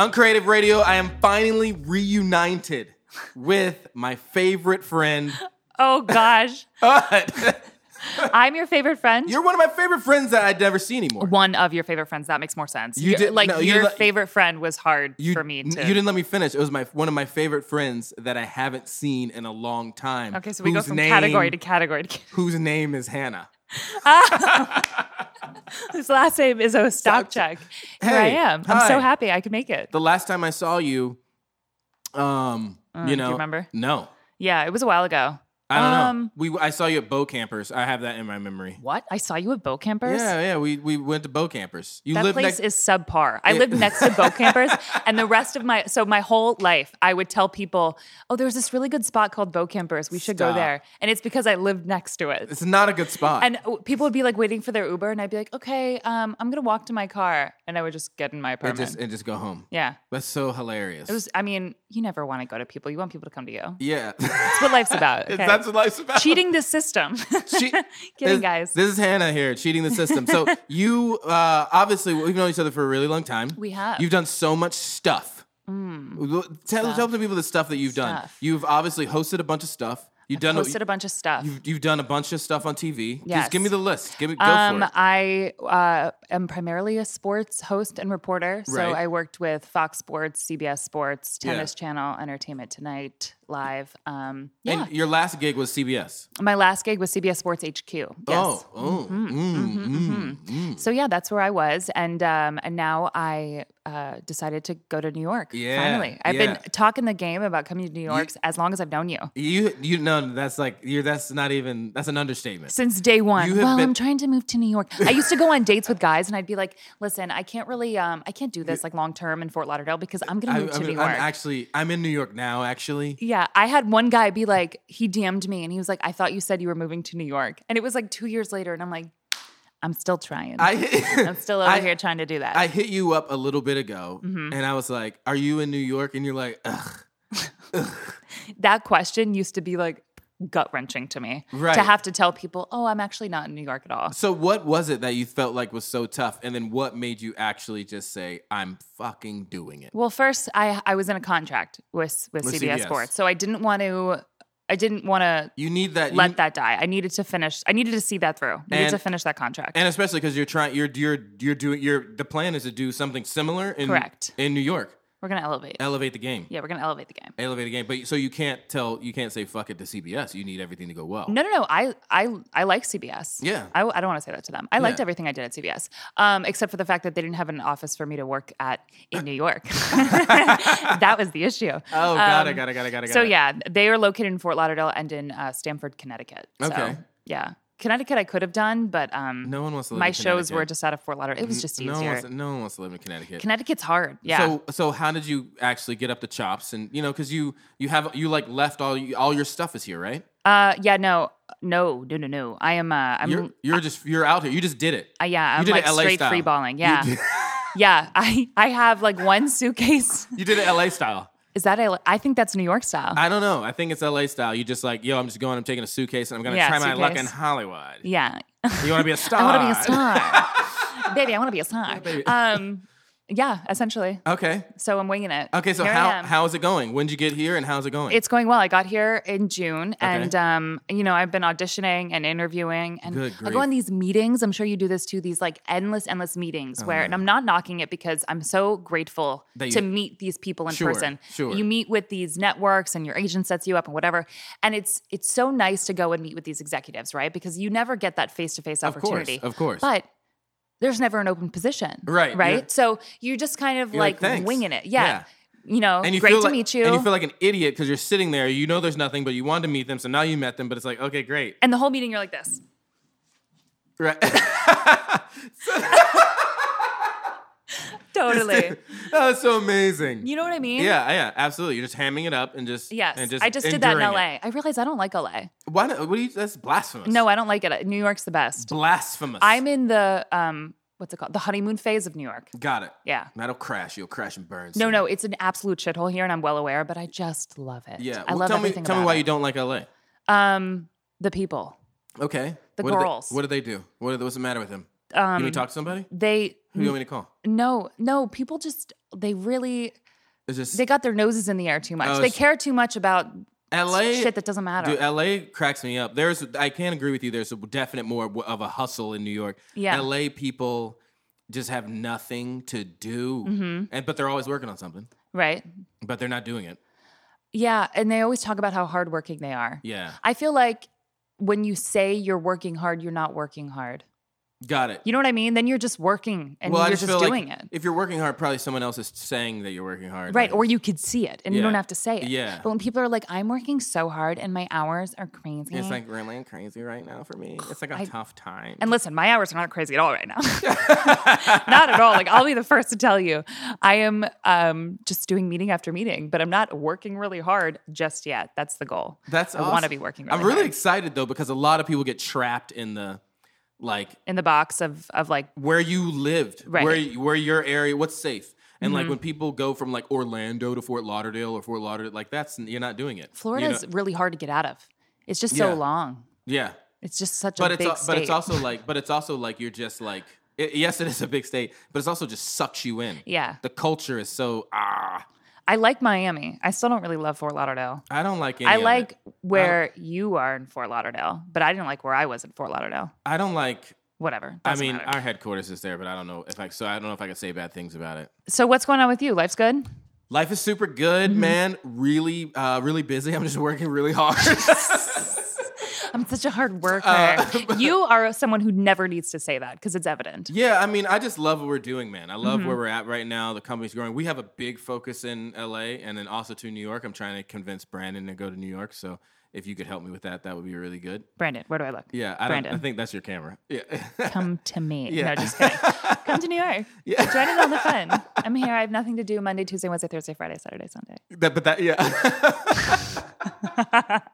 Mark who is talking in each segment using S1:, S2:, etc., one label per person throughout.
S1: Uncreative Radio, I am finally reunited with my favorite friend,
S2: Oh gosh,
S1: Bud.
S2: I'm your favorite friend.
S1: You're one of my favorite friends that I'd never see anymore.
S2: one of your favorite friends. That makes more sense.
S1: You
S2: You're-
S1: did-
S2: like
S1: no, you
S2: your
S1: li-
S2: favorite friend was hard
S1: You,
S2: for me
S1: n-
S2: to.
S1: you didn't let me finish. It was my one of my favorite friends that I haven't seen in a long time.
S2: okay, so we go
S1: whose
S2: from
S1: name-
S2: category to category. to category.
S1: whose name is Hannah.
S2: His last name is Ostapchak. Here I
S1: Hey,
S2: am. I'm so
S1: hi.
S2: happy I could make it.
S1: The last time I saw you, um,
S2: Uh, do you
S1: you know,
S2: remember?
S1: No,
S2: Yeah, it was a while ago.
S1: I don't know.
S2: Um,
S1: We I saw you at Bow Campers. I have that in my memory.
S2: What? I saw you at Bow Campers.
S1: Yeah, yeah. We we went to Bow Campers. You
S2: That
S1: live next.
S2: place is subpar. I lived next to boat campers, and the rest of my so my whole life, I would tell people, "Oh, there's this really good spot called boat campers. We should go
S1: Stop.
S2: there." And it's because I lived next to it.
S1: it's not a good spot.
S2: And w- people would be like waiting for their Uber, and I'd be like, "Okay, um, I'm gonna walk to my car," and I would just get in my
S1: and
S2: apartment.
S1: just and just go home.
S2: yeah,
S1: That's so hilarious.
S2: it was. I mean, you never want to go to people. You want people to come to you. That's
S1: yeah.
S2: what life's about. Okay?
S1: That's what life's about.
S2: Cheating the system.
S1: Che- this,
S2: Kidding, guys.
S1: This is Hannah here, cheating the system. So you uh, obviously we've known each other for a really long time.
S2: We have. Mm.
S1: You've done so much stuff. Well, Tell, tell the people the stuff that you've done.
S2: Stuff.
S1: You've obviously hosted a bunch of stuff. You've done
S2: Posted a bunch of stuff.
S1: you've, you've done a bunch of stuff on TV.
S2: Yes.
S1: Just give me the list. Give me go
S2: Um,
S1: for it.
S2: I uh, am primarily a sports host and reporter. So
S1: Right.
S2: I worked with Fox Sports, CBS Sports,
S1: Yeah.
S2: Tennis Channel, Entertainment Tonight, Live. Um, yeah.
S1: And your last gig was CBS.
S2: My last gig was CBS Sports HQ. Yes. Mm-hmm.
S1: Oh, oh, mm, mm, mm.
S2: So yeah, that's where I was, and um, and now I uh, decided to go to New York.
S1: Yeah,
S2: finally, I've
S1: yeah.
S2: been talking the game about coming to New York as long as I've known you
S1: You, you know, that's like you're. That's not even. That's an understatement.
S2: since day one.
S1: You have
S2: Well,
S1: been-
S2: I'm trying to move to New York. I used to go on dates with guys, and I'd be like, "Listen, I can't really, um, I can't do this like long term in Fort Lauderdale because I'm going to move to New
S1: I'm
S2: York."
S1: actually. I'm in New York now. Actually,
S2: yeah, I had one guy be like, he DM'd me, and he was like, "I thought you said you were moving to New York," and it was like two years later, and I'm like, "I'm still trying. I,
S1: I.
S2: am still over
S1: I-
S2: here trying to do that."
S1: I hit you up a little bit ago,
S2: Mm-hmm.
S1: and I was like, "Are you in New York?" And you're like, Ugh.
S2: that question used to be like gut wrenching to me.
S1: Right.
S2: To have to tell people, oh, I'm actually not in New York at all.
S1: "So what was it that you felt like was so tough?" And then what made you actually just say, "I'm fucking doing it"?
S2: Well, first, I I was in a contract with with,
S1: With
S2: CBS,
S1: CBS.
S2: Sports, so I didn't want to. I didn't want to.
S1: You need that. you-
S2: Let that die. I needed to finish. I needed to see that through. I needed
S1: And-
S2: to finish that contract.
S1: and especially because you're trying, you're you're you're doing. You're the plan is to do something similar in
S2: Correct.
S1: in New York.
S2: we're gonna elevate.
S1: Elevate the game.
S2: yeah, we're gonna elevate the game.
S1: Elevate the game. But so you can't tell. You can't say fuck it to CBS. You need everything to go well.
S2: No, no, no. I, I, I like CBS.
S1: Yeah.
S2: I, I don't want to say that to them. I liked
S1: Yeah.
S2: everything I did at CBS, um, except for the fact that they didn't have an office for me to work at
S1: Uh,
S2: in New York. that was the issue.
S1: Oh, got it, got it, got it, got it.
S2: um, So
S1: got it.
S2: yeah, they are located in Fort Lauderdale and in uh, Stamford, Connecticut. So,
S1: Okay.
S2: Yeah, Connecticut I could have done, but um,
S1: No one wants to live
S2: my
S1: in
S2: shows were
S1: Connecticut.
S2: just out of Fort Lauderdale. It was just easier.
S1: No one, wants to, no one wants to live in Connecticut.
S2: Connecticut's hard. Yeah.
S1: So so how did you actually get up the chops and you know because you you have you like left all you, all your stuff is here right
S2: uh, yeah. No. No. No. No. No. I am. Uh, I'm.
S1: you're you're just you're out here you just did it
S2: uh, yeah. I'm
S1: did it
S2: like
S1: LA
S2: straight
S1: style.
S2: free balling.
S1: You
S2: Yeah.
S1: did-
S2: yeah. I I have like one suitcase.
S1: you did it L A style
S2: Is that a, I think that's New York style.
S1: I don't know I think it's L A style you just like yo I'm just going I'm taking a suitcase and I'm gonna
S2: Yeah,
S1: try my luck
S2: suitcase.
S1: in Hollywood
S2: yeah.
S1: you want to be a star
S2: I want to be a star. baby, I want to be a star. um, yeah, essentially.
S1: okay
S2: So I'm winging it.
S1: okay so
S2: Here I
S1: how
S2: am.
S1: how is it going when did you get here and how's it going
S2: it's going well. I got here in June, and um, you know I've been auditioning and interviewing, and
S1: Good
S2: I go
S1: grief.
S2: on these meetings. I'm sure you do this too. These like endless, endless meetings where, and I'm not knocking it because I'm so grateful
S1: Oh, That
S2: to
S1: you-
S2: meet these people in
S1: Sure,
S2: person.
S1: sure.
S2: You meet with these networks, and your agent sets you up and whatever. And it's it's so nice to go and meet with these executives, right? Because you never get that face to face
S1: Of course,
S2: opportunity.
S1: of course.
S2: but. There's never an open position,
S1: Right, you're-
S2: Right. So you're just kind of
S1: You're like,
S2: like,
S1: "Thanks."
S2: winging it,
S1: Yeah.
S2: yeah. You know,
S1: and you
S2: great
S1: feel
S2: to
S1: like,
S2: meet you.
S1: and you feel like an idiot because you're sitting there you know there's nothing but you wanted to meet them so now you met them but it's like okay great
S2: and the whole meeting, you're like this.
S1: right
S2: Totally.
S1: that's so amazing
S2: You know what I mean?
S1: Yeah, yeah, absolutely. You're just hamming it up and just
S2: Yes.
S1: and just
S2: I just did that in
S1: enduring
S2: LA. I realized I don't like LA.
S1: it. Why? Not, what do you? That's blasphemous.
S2: No, I don't like it. New York's the best.
S1: blasphemous.
S2: I'm in the um what's it called? The honeymoon phase of New York.
S1: got it.
S2: Yeah.
S1: that'll crash. You'll crash and burn.
S2: No, no, it's an absolute shithole here and I'm well aware, but I just love it.
S1: Yeah,
S2: I
S1: well,
S2: love
S1: tell me,
S2: everything
S1: tell
S2: about
S1: me why
S2: it.
S1: you don't like LA.
S2: um the people.
S1: Okay,
S2: The
S1: what did they-
S2: girls.
S1: what did they do? What did, what's the matter with them? you
S2: um,
S1: want me to talk to somebody?
S2: they
S1: Who do you want me to call?
S2: no no people just they really
S1: It's just
S2: they got their noses in the air too much.
S1: Oh,
S2: they
S1: it's-
S2: care too much about
S1: LA.
S2: shit that doesn't matter.
S1: Dude, LA cracks me up. There's, I can agree with you. There's a definite more of a hustle in New York.
S2: Yeah.
S1: LA people just have nothing to do,
S2: Mm-hmm.
S1: and but they're always working on something,
S2: right?
S1: but they're not doing it.
S2: Yeah, and they always talk about how hardworking they are.
S1: Yeah,
S2: I feel like when you say you're working hard, you're not working hard.
S1: got it.
S2: You know what I mean? Then you're just working and
S1: well, I
S2: you're
S1: just,
S2: just,
S1: feel
S2: doing
S1: like
S2: it.
S1: if you're working hard, probably someone else is saying that you're working hard,
S2: Right.
S1: Like,
S2: Or you could see it and you don't
S1: Yeah.
S2: have to say it.
S1: Yeah.
S2: But when people are like, I'm working so hard and my hours are crazy.
S1: it's like really crazy right now for me. It's like a
S2: I-
S1: tough time.
S2: and listen, my hours are not crazy at all right now. not at all. Like I'll be the first to tell you. I am um, just doing meeting after meeting, but I'm not working really hard just yet. That's the goal.
S1: That's
S2: I wanna
S1: awesome.
S2: be working
S1: I'm
S2: really
S1: really
S2: hard.
S1: excited though because a lot of people get trapped in the like
S2: in the box of of like
S1: where you lived,
S2: Right. Mm-hmm.
S1: where where your area, what's safe, and like when people go from like Orlando to Fort Lauderdale or Fort Lauderdale, like that's you're not doing it. You
S2: Florida is
S1: know-
S2: really hard to get out of. It's just so
S1: Yeah.
S2: long.
S1: yeah,
S2: It's just such
S1: but
S2: a
S1: it's
S2: big
S1: al-
S2: state.
S1: but it's also like but it's also like you're just like i yes, it is a big state, but it's also just sucks you in.
S2: yeah.
S1: The culture is so ah.
S2: I like Miami. I still don't really love Fort Lauderdale.
S1: I don't like any.
S2: I
S1: of it.
S2: like where you are in Fort Lauderdale, but I didn't like where I was in Fort Lauderdale.
S1: I don't like.
S2: Whatever.
S1: I
S2: Doesn't
S1: mean,
S2: matter.
S1: our headquarters is there, but I don't know if I. So I don't know if I could say bad things about it.
S2: so what's going on with you? Life's good.
S1: Life is super good,
S2: Mm-hmm.
S1: man. Really, uh, really busy. I'm just working really hard.
S2: I'm such a hard worker.
S1: Uh,
S2: you are someone who never needs to say that because it's evident.
S1: Yeah, I mean, I just love what we're doing, man. I love
S2: Mm-hmm.
S1: where we're at right now. The company's growing. We have a big focus in LA and then also to New York. I'm trying to convince Brandon to go to New York. So if you could help me with that, that would be really good.
S2: Brandon, where do I look?
S1: Yeah, I, don't, I
S2: Brandon.
S1: think that's your camera. Yeah.
S2: Come to me.
S1: Yeah.
S2: No, just kidding. Come to New York.
S1: Yeah.
S2: Join in on the fun. I'm here. I have nothing to do Monday, Tuesday, Wednesday, Thursday, Friday, Saturday, Sunday.
S1: that, but that, yeah. that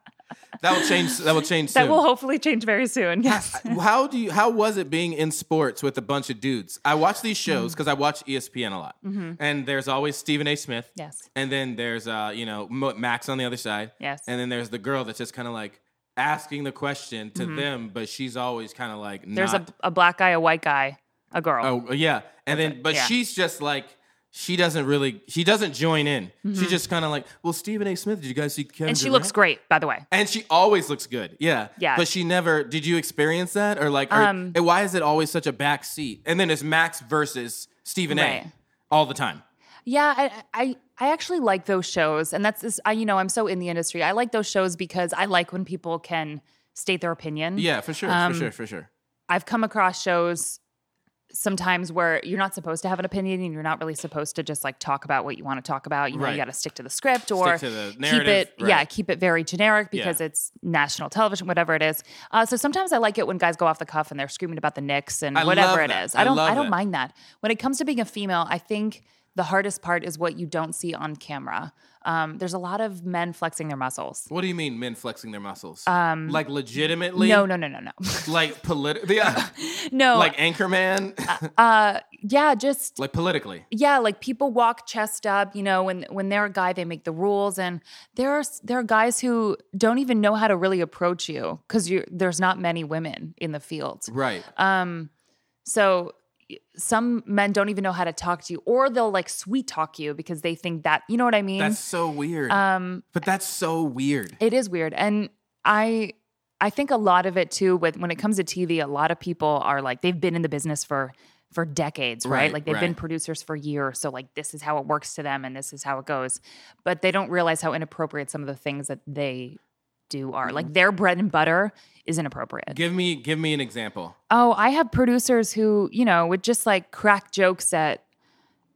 S1: will change. That will change
S2: That
S1: soon.
S2: will hopefully change very soon. Yes.
S1: how do you how was it being in sports with a bunch of dudes i watch these
S2: Mm-hmm.
S1: shows because i watch E espn a lot and there's always stephen a smith
S2: Yes.
S1: and then there's uh you know Mo- max on the other side
S2: Yes.
S1: and then there's the girl that's just kind of like asking the question to them but she's always kind of like
S2: Mm-hmm. There's a,
S1: not-
S2: a black guy, a white guy, a girl.
S1: oh yeah and then but
S2: yeah.
S1: she's just like she doesn't really she doesn't join in she's just kind of like well stephen a smith did you guys see Kevin
S2: Mm-hmm. and she
S1: Durant?"
S2: looks great, by the way.
S1: And she always looks good. Yeah.
S2: Yeah.
S1: But she never did you experience that? Or like or-
S2: Um,
S1: and why is it always such a back seat? And then it's Max versus Stephen
S2: Right.
S1: A all the time.
S2: Yeah, I, I I actually like those shows, and that's this. I you know I'm so in the industry. I like those shows because I like when people can state their opinion.
S1: Yeah, for sure,
S2: Um,
S1: for sure, for sure.
S2: I've come across shows sometimes where you're not supposed to have an opinion and you're not really supposed to just like talk about what you want to talk about. You know,
S1: Right.
S2: you got to stick to the script or
S1: to the
S2: keep
S1: narrative,
S2: it, yeah,
S1: right.
S2: keep it very generic because
S1: Yeah.
S2: it's national television, whatever it is. Uh, so sometimes I like it when guys go off the cuff and they're screaming about the Knicks and
S1: I love
S2: whatever it
S1: that.
S2: is.
S1: I
S2: I don't, I,
S1: love
S2: don't
S1: that.
S2: mind that. When it comes to being a female, I think the hardest part is what you don't see on camera. Um, there's a lot of men flexing their muscles.
S1: What do you mean men flexing their muscles? Um like legitimately?
S2: No, no, no, no, no,
S1: Like politically yeah,
S2: no.
S1: like anchorman?
S2: uh, yeah, just
S1: like politically.
S2: yeah like people walk chest up you know when when they're a guy they make the rules and there are s- there are guys who don't even know how to really approach you because you there's not many women in the field
S1: Right.
S2: um so y- some men don't even know how to talk to you or they'll like sweet talk you because they think that you know what i mean
S1: that's so weird.
S2: um
S1: but that's so weird.
S2: it is weird and i i think a lot of it too with when it comes to tv a lot of people are like they've been in the business for for decades right,
S1: Right,
S2: like they've been
S1: right.
S2: producers for years so like this is how it works to them and this is how it goes but they don't realize how inappropriate some of the things that they do are
S1: Mm-hmm.
S2: like their bread and butter is inappropriate
S1: give me give me an example.
S2: oh i have producers who you know would just like crack jokes at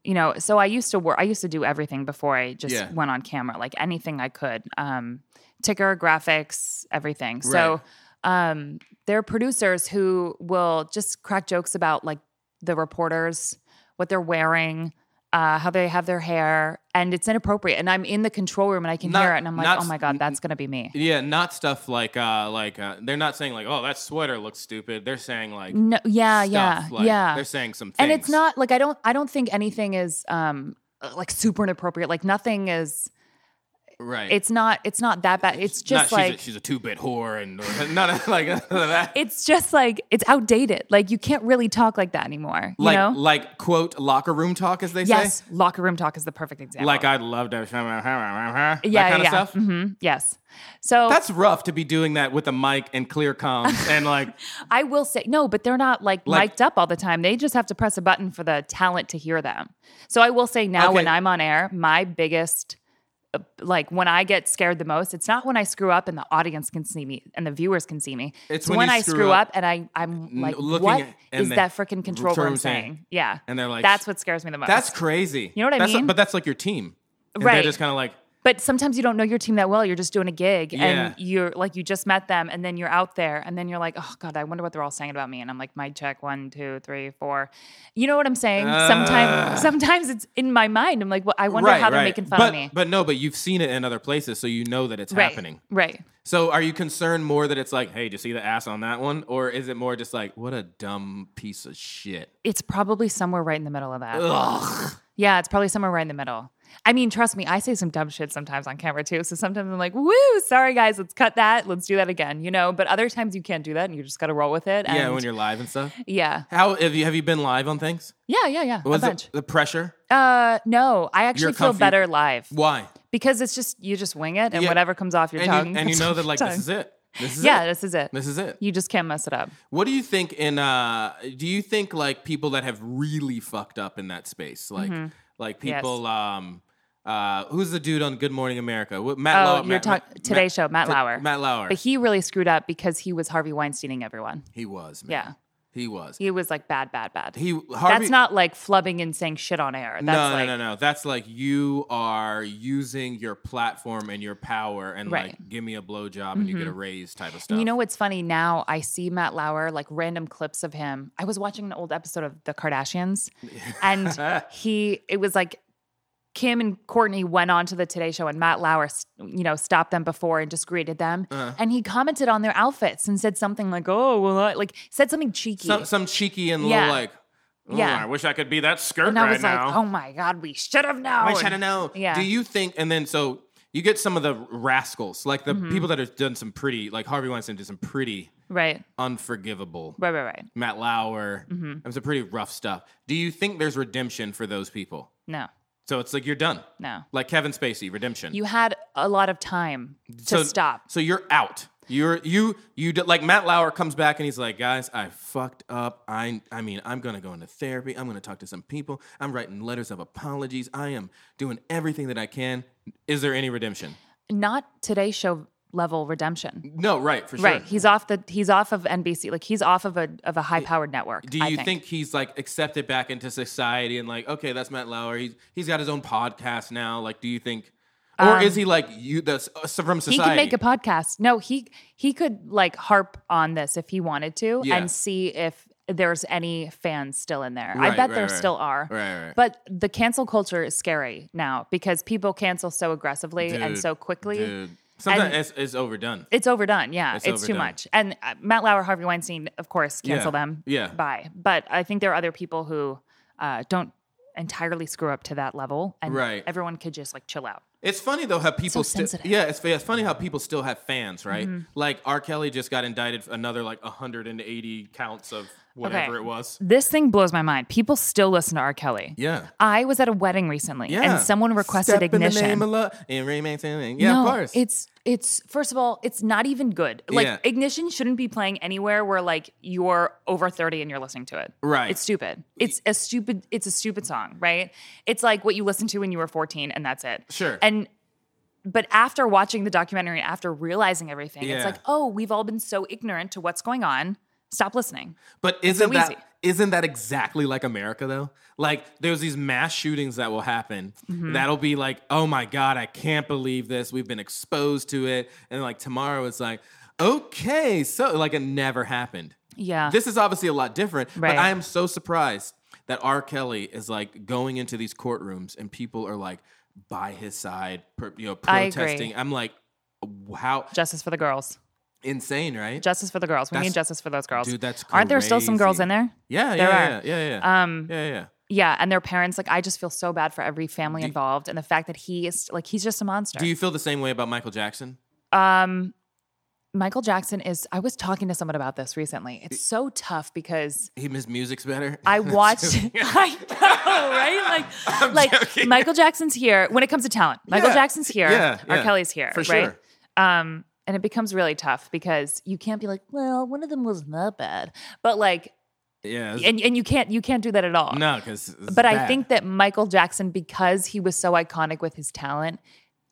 S2: you know so i used to work i used to do everything before i just
S1: Yeah.
S2: went on camera like anything i could um ticker graphics everything so um there are producers who will just crack jokes about like the reporters what they're wearing uh, how they have their hair and it's inappropriate and i'm in the control room and i can
S1: Not-
S2: hear it and i'm like
S1: not-
S2: oh my god that's gonna be me
S1: Yeah, not stuff like uh like uh, they're not saying like, oh that sweater looks stupid. They're saying like
S2: no yeah
S1: stuff.
S2: Uh, yeah
S1: like,
S2: yeah
S1: They're saying some things.
S2: and it's not like i uh, don't i don't think anything is um like super inappropriate like nothing is
S1: Right.
S2: It's not it's not that bad. It's just
S1: Not
S2: like
S1: she's a, she's a two bit whore and not like none of that.
S2: it's just like it's outdated. Like you can't really talk like that anymore. You
S1: like
S2: know?
S1: like quote locker room talk as they
S2: yes,
S1: say.
S2: locker room talk is the perfect example.
S1: Like I'd love to, that kind
S2: yeah,
S1: of
S2: yeah,
S1: stuff.
S2: hmm yes. So
S1: That's rough to be doing that with a mic and clear comms and like
S2: I will say no, but they're not like,
S1: Like-
S2: mic'd up all the time. They just have to press a button for the talent to hear them. So I will say now
S1: Okay.
S2: when I'm on air, my biggest uh, like when I get scared the most, it's not when I screw up and the audience can see me and the viewers can see me.
S1: It's
S2: It's
S1: when
S2: when,
S1: you
S2: I
S1: screw
S2: screw
S1: up
S2: up, and I I'm like,
S1: looking
S2: what
S1: at- and
S2: is
S1: they-
S2: that freaking control
S1: Sure, I'm
S2: room
S1: saying.
S2: saying? Yeah,
S1: And they're like,
S2: that's what scares me the most.
S1: that's crazy.
S2: You know what I
S1: That's-
S2: mean?
S1: But that's like your team. And They're
S2: Right.
S1: just kind of like
S2: but sometimes you don't know your team that well. You're just doing a gig
S1: Yeah.
S2: and you're like, you just met them and then you're out there and then you're like, oh God, I wonder what they're all saying about me. And I'm like, my check, one, two, three, four. You know what I'm saying?
S1: Ugh.
S2: sometimes, sometimes it's in my mind. I'm like, well, I wonder
S1: Ah. right,
S2: how they're
S1: right.
S2: making fun
S1: but,
S2: of me.
S1: But no, but you've seen it in other places, so you know that it's
S2: right.
S1: happening.
S2: Right.
S1: So are you concerned more that it's like, hey, did you see the ass on that one? Or is it more just like, what a dumb piece of shit?
S2: It's probably somewhere right in the middle of that.
S1: Ugh.
S2: Yeah, it's probably somewhere right in the middle. I mean, trust me, I say some dumb shit sometimes on camera too. So sometimes I'm like, woo, sorry guys, let's cut that. Let's do that again, you know? But other times you can't do that and you just got to roll with it. And
S1: Yeah, when you're live and stuff.
S2: yeah.
S1: How have you have you been live on things?
S2: Yeah, yeah, yeah.
S1: Was
S2: a bunch.
S1: it the pressure?
S2: Uh, no, I
S1: You're
S2: actually feel
S1: comfy-
S2: better live
S1: Why?
S2: because it's just you just wing it and
S1: Yeah.
S2: whatever comes off your
S1: And
S2: tongue.
S1: you, and you
S2: comes
S1: know
S2: off
S1: that
S2: your
S1: like
S2: tongue.
S1: this is it. This is
S2: yeah,
S1: it.
S2: this is it.
S1: This is it.
S2: You just can't mess it up.
S1: What do you think in uh do you think like people that have really fucked up in that space? Like like
S2: Mm-hmm. Yes.
S1: people um uh who's the dude on Good Morning America? What Matt Lauer.
S2: Oh, you're
S1: Matt-
S2: talking
S1: Matt-
S2: Today Show, Matt
S1: T-
S2: Lauer.
S1: Matt Lauer.
S2: But
S1: He,
S2: he really screwed up because he was Harvey Weinsteining everyone.
S1: was, man.
S2: Yeah,
S1: He was.
S2: he was like bad, bad, bad.
S1: He Harvey
S2: That's not like flubbing and saying shit on air. That's
S1: no,
S2: like
S1: no, no, no. That's like you are using your platform and your power and
S2: Right. Mm-hmm.
S1: like give me a blowjob and you get a raise type of stuff.
S2: You know what's funny now? I see Matt Lauer, like random clips of him. I was watching an old episode of The Kardashians, and he, it was like Kim and Courtney went on to the Today Show, and Matt Lauer, s- you know, stopped them before and just greeted them.
S1: Uh-huh.
S2: And he commented on their outfits and said something like, oh, well, I, like said something cheeky.
S1: some some cheeky and
S2: Yeah.
S1: little like "Oh,
S2: Yeah.
S1: I wish I could be that skirt
S2: and I
S1: right
S2: was
S1: now.
S2: like, oh my God, we should have known.
S1: I wish I don't know.
S2: Yeah.
S1: Do you think? And then so you get some of the rascals, like the
S2: Mm-hmm.
S1: people that have done some pretty, like Harvey Weinstein did some pretty
S2: Right,
S1: unforgivable.
S2: right, Mm-hmm. right, right.
S1: Matt Lauer, and some pretty rough stuff. Do you think there's redemption for those people?
S2: No,
S1: So it's like you're done.
S2: no.
S1: Like Kevin Spacey, redemption.
S2: You had a lot of time to
S1: so,
S2: stop.
S1: So you're out. You're you you d- like Matt Lauer comes back and he's like, guys, I fucked up. I I mean, I'm gonna go into therapy. I'm gonna talk to some people. I'm writing letters of apologies. I am doing everything that I can. Is there any redemption?
S2: Not Today Show level redemption.
S1: No, right, for sure.
S2: Right. He's off the he's off of NBC. Like he's off of a of a high powered network.
S1: Do
S2: I
S1: you think. he's like accepted back into society and like, okay, that's Matt Lauer. He's he's got his own podcast now. Like, do you think, or is he like you that's uh, so from
S2: Um, he
S1: society?
S2: could make a podcast? No, he he could like harp on this if he wanted to
S1: Yeah.
S2: and see if there's any fans still in there.
S1: Right,
S2: I bet
S1: right,
S2: there
S1: right.
S2: still are.
S1: Right, right.
S2: But the cancel culture is scary now because people cancel so aggressively and
S1: Dude,
S2: so quickly.
S1: Dude, sometimes it's, it's overdone.
S2: It's overdone. Yeah, it's, too
S1: overdone.
S2: much. And uh, Matt Lauer, Harvey Weinstein, of course, cancel
S1: Yeah,
S2: them.
S1: yeah.
S2: Bye. But I think there are other people who uh, don't entirely screw up to that level, and
S1: Right.
S2: everyone could just like chill out.
S1: It's funny though how people still
S2: sensitive. Mm-hmm.
S1: yeah it's, it's funny how people still have fans right like R Kelly just got indicted for another like 180 counts of whatever
S2: Okay.
S1: it was
S2: This thing blows my mind. People still listen to R. Kelly.
S1: yeah
S2: I was at a wedding recently,
S1: yeah
S2: and someone requested
S1: Step in the
S2: Ignition.
S1: name of lo- and remain standing. yeah
S2: no,
S1: of course
S2: It's it's first of all, it's not even good. Like
S1: Yeah.
S2: ignition shouldn't be playing anywhere where like you're over 30 and you're listening to it.
S1: Right.
S2: It's stupid. It's a stupid it's a stupid song, right? It's like what you listened to when you were 14 and that's it.
S1: Sure.
S2: And but after watching the documentary and after realizing everything,
S1: Yeah.
S2: it's like, oh, we've all been so ignorant to what's going on. Stop listening.
S1: But isn't
S2: so
S1: that
S2: easy.
S1: isn't that exactly like America though? Like there's these mass shootings that will happen.
S2: Mm-hmm.
S1: That'll be like, "Oh my god, I can't believe this. We've been exposed to it." And like tomorrow it's like, "Okay, so like it never happened."
S2: Yeah.
S1: This is obviously a lot different, but
S2: Right.
S1: I am so surprised that R. Kelly is like going into these courtrooms and people are like by his side, per, you know,
S2: I agree.
S1: protesting. I'm like, "Wow,
S2: Justice for the girls.
S1: insane, right?"
S2: Justice for the girls. We
S1: That's-
S2: need justice for those girls.
S1: Dude, that's
S2: Aren't there still some girls
S1: crazy.
S2: in there?
S1: yeah,
S2: there
S1: yeah,
S2: are.
S1: yeah, yeah, yeah.
S2: Um,
S1: yeah, yeah.
S2: yeah, and their parents. Like, I just feel so bad for every family
S1: Do-
S2: involved, and the fact that he is like he's just a monster.
S1: Do you feel the same way about Michael Jackson?
S2: um, Michael Jackson is. I was talking to someone about this recently. It's so tough because
S1: He, his music's better.
S2: I
S1: That's
S2: watched.
S1: who-
S2: I know, right? Like,
S1: I'm
S2: like
S1: joking.
S2: Michael Jackson's here when it comes to talent. Michael
S1: Yeah.
S2: Jackson's here.
S1: Yeah,
S2: R.
S1: yeah.
S2: Kelly's here.
S1: For
S2: right?
S1: sure.
S2: Um, and it becomes really tough because you can't be like, well, one of them was not bad, but like,
S1: yeah. it's-
S2: and and you can't you can't do that at all.
S1: no, because.
S2: But I think that Michael Jackson, because he was so iconic with his talent.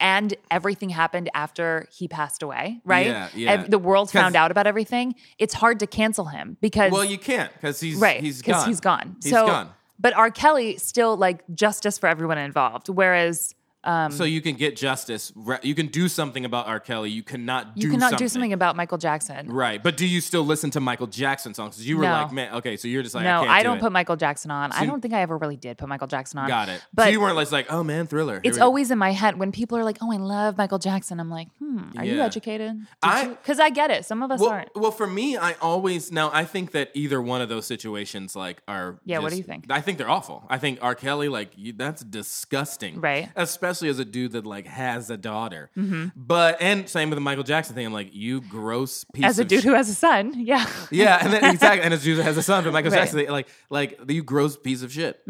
S2: And everything happened after he passed away, right?
S1: Yeah, yeah.
S2: Ev- the world
S1: 'Cause-
S2: found out about everything. It's hard to cancel him because
S1: Well, you can't because he's
S2: right
S1: He's
S2: because
S1: gone.
S2: he's gone.
S1: He's
S2: so,
S1: gone.
S2: but R. Kelly still like justice for everyone involved. Whereas um,
S1: so you can get justice. re- You can do something about R. Kelly. You cannot.
S2: you
S1: do
S2: cannot
S1: something.
S2: do something about Michael Jackson.
S1: Right, but do you still listen to Michael Jackson songs? 'Cause You were
S2: No.
S1: like, man, okay, so you're just like, I,
S2: no,
S1: can't
S2: I
S1: do
S2: don't
S1: it.
S2: put Michael Jackson on. I
S1: So-
S2: don't think I ever really did put Michael Jackson on.
S1: Got it.
S2: But
S1: so you weren't like, like, oh man, Thriller. Here
S2: it's
S1: we go.
S2: always in my head when people are like, "Oh, I love Michael Jackson." I'm like, "Hmm, are you
S1: Yeah.
S2: educated?"
S1: I-
S2: because I get it. Some of us
S1: well,
S2: aren't.
S1: well, for me, I always now I think that either one of those situations like are
S2: Yeah, what do
S1: just-
S2: you think?
S1: I think they're awful. I think R. Kelly like you, that's disgusting,
S2: Right. Mm-hmm.
S1: Especially as a dude that like has a daughter. But and same with the Michael Jackson thing. I'm like, you gross piece
S2: As a
S1: of
S2: dude
S1: shit.
S2: who has a son, yeah,
S1: Yeah, and then exactly, and as Judah has a son, but Michael
S2: Right. Mm-hmm.
S1: Jackson, like, like you gross piece of shit.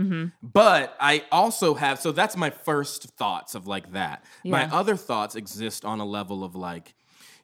S1: But I also have, so that's my first thoughts of like that.
S2: Yeah.
S1: My other thoughts exist on a level of like,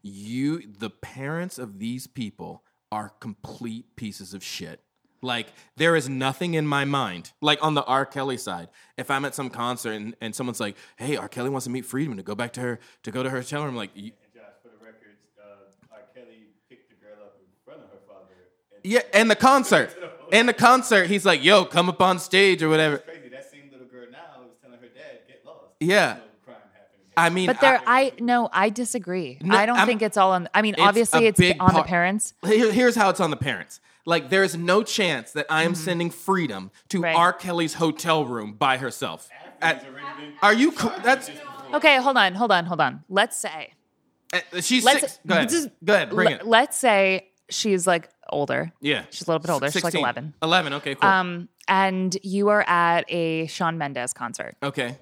S1: you, the parents of these people are complete pieces of shit. Like there is nothing in my mind. Like on the R. Kelly side, if I'm at some concert and, and someone's like, "Hey, R. Kelly wants to meet Freedom to go back to her to go to her hotel room," like, y-
S3: Josh, for the records, uh, R. Kelly picked the girl up in front of her father. And
S1: Yeah, and the concert. And the concert, he's like, yo, come up on stage or whatever.
S3: crazy, that same little girl now is telling her dad, get lost.
S1: Yeah.
S3: There's no crime happening.
S1: I mean,
S2: but there, I no, I disagree.
S1: No,
S2: I don't
S1: I'm-
S2: think it's all on. I mean,
S1: a
S2: obviously, it's
S1: big
S2: on the
S1: part-
S2: parents.
S1: I- here- here's how it's on the parents. Like, there is no chance that I am sending freedom to
S2: Mm-hmm. Right.
S1: R. Kelly's hotel room by herself. At-
S3: He's already been
S1: are you? cr- That's.
S2: Okay, hold on, hold on, hold on. Let's say
S1: uh, She's
S2: Let's-
S1: six. Go ahead.
S2: this is-
S1: go ahead. Bring
S2: le-
S1: it.
S2: Let's say she's like older.
S1: Yeah.
S2: She's a little bit older. She's like
S1: 16.
S2: 11.
S1: 11. Okay, cool.
S2: Um, and you are at a Sean Mendez concert,
S1: okay.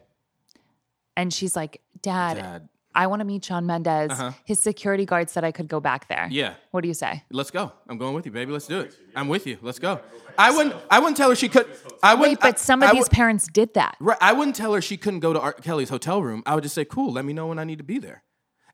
S2: and she's like, "Dad,
S1: Dad.
S2: I want to meet Sean Mendez.
S1: Uh-huh.
S2: His security guard said I could go back there."
S1: Yeah.
S2: What do you say?
S1: Let's go. I'm going with you, baby. Let's do it. I'm with you. Let's go. I wouldn't. I wouldn't tell her she could. I
S2: Wait,
S1: wouldn't. I-
S2: but some of
S1: I
S2: these
S1: would-
S2: parents did that.
S1: Right. I wouldn't tell her she couldn't go to R. Kelly's hotel room. I would just say, cool, let me know when I need to be there.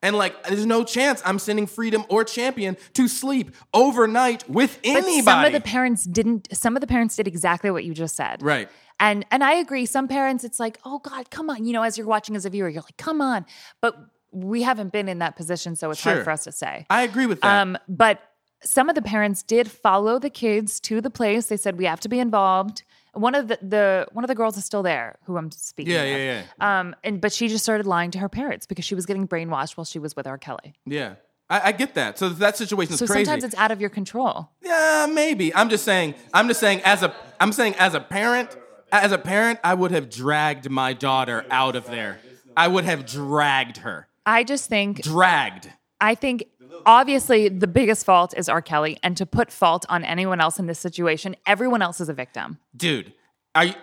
S1: And like, there's no chance I'm sending Freedom or Champion to sleep overnight with
S2: But
S1: anybody.
S2: some of the parents didn't. Some of the parents did exactly what you just said.
S1: Right.
S2: And and I agree. Some parents, it's like, oh God, come on. You know, as you're watching as a viewer, you're like, come on. But we haven't been in that position, so it's hard
S1: Sure.
S2: for us to say.
S1: I agree with that.
S2: Um, but some of the parents did follow the kids to the place. They said we have to be involved. One of the, the one of the girls is still there, who I'm speaking.
S1: yeah,
S2: of.
S1: yeah, yeah,
S2: Um, and but she just started lying to her parents because she was getting brainwashed while she was with R. Kelly.
S1: yeah. I, I get that. So that situation is
S2: So
S1: crazy.
S2: sometimes it's out of your control.
S1: yeah, maybe. I'm just saying. I'm just saying. As a, I'm saying as a parent, as a parent, I would have dragged my daughter out of there. I would have dragged her.
S2: I just think
S1: Dragged.
S2: I think obviously the biggest fault is R. Kelly, and to put fault on anyone else in this situation, everyone else is a victim.
S1: dude are you,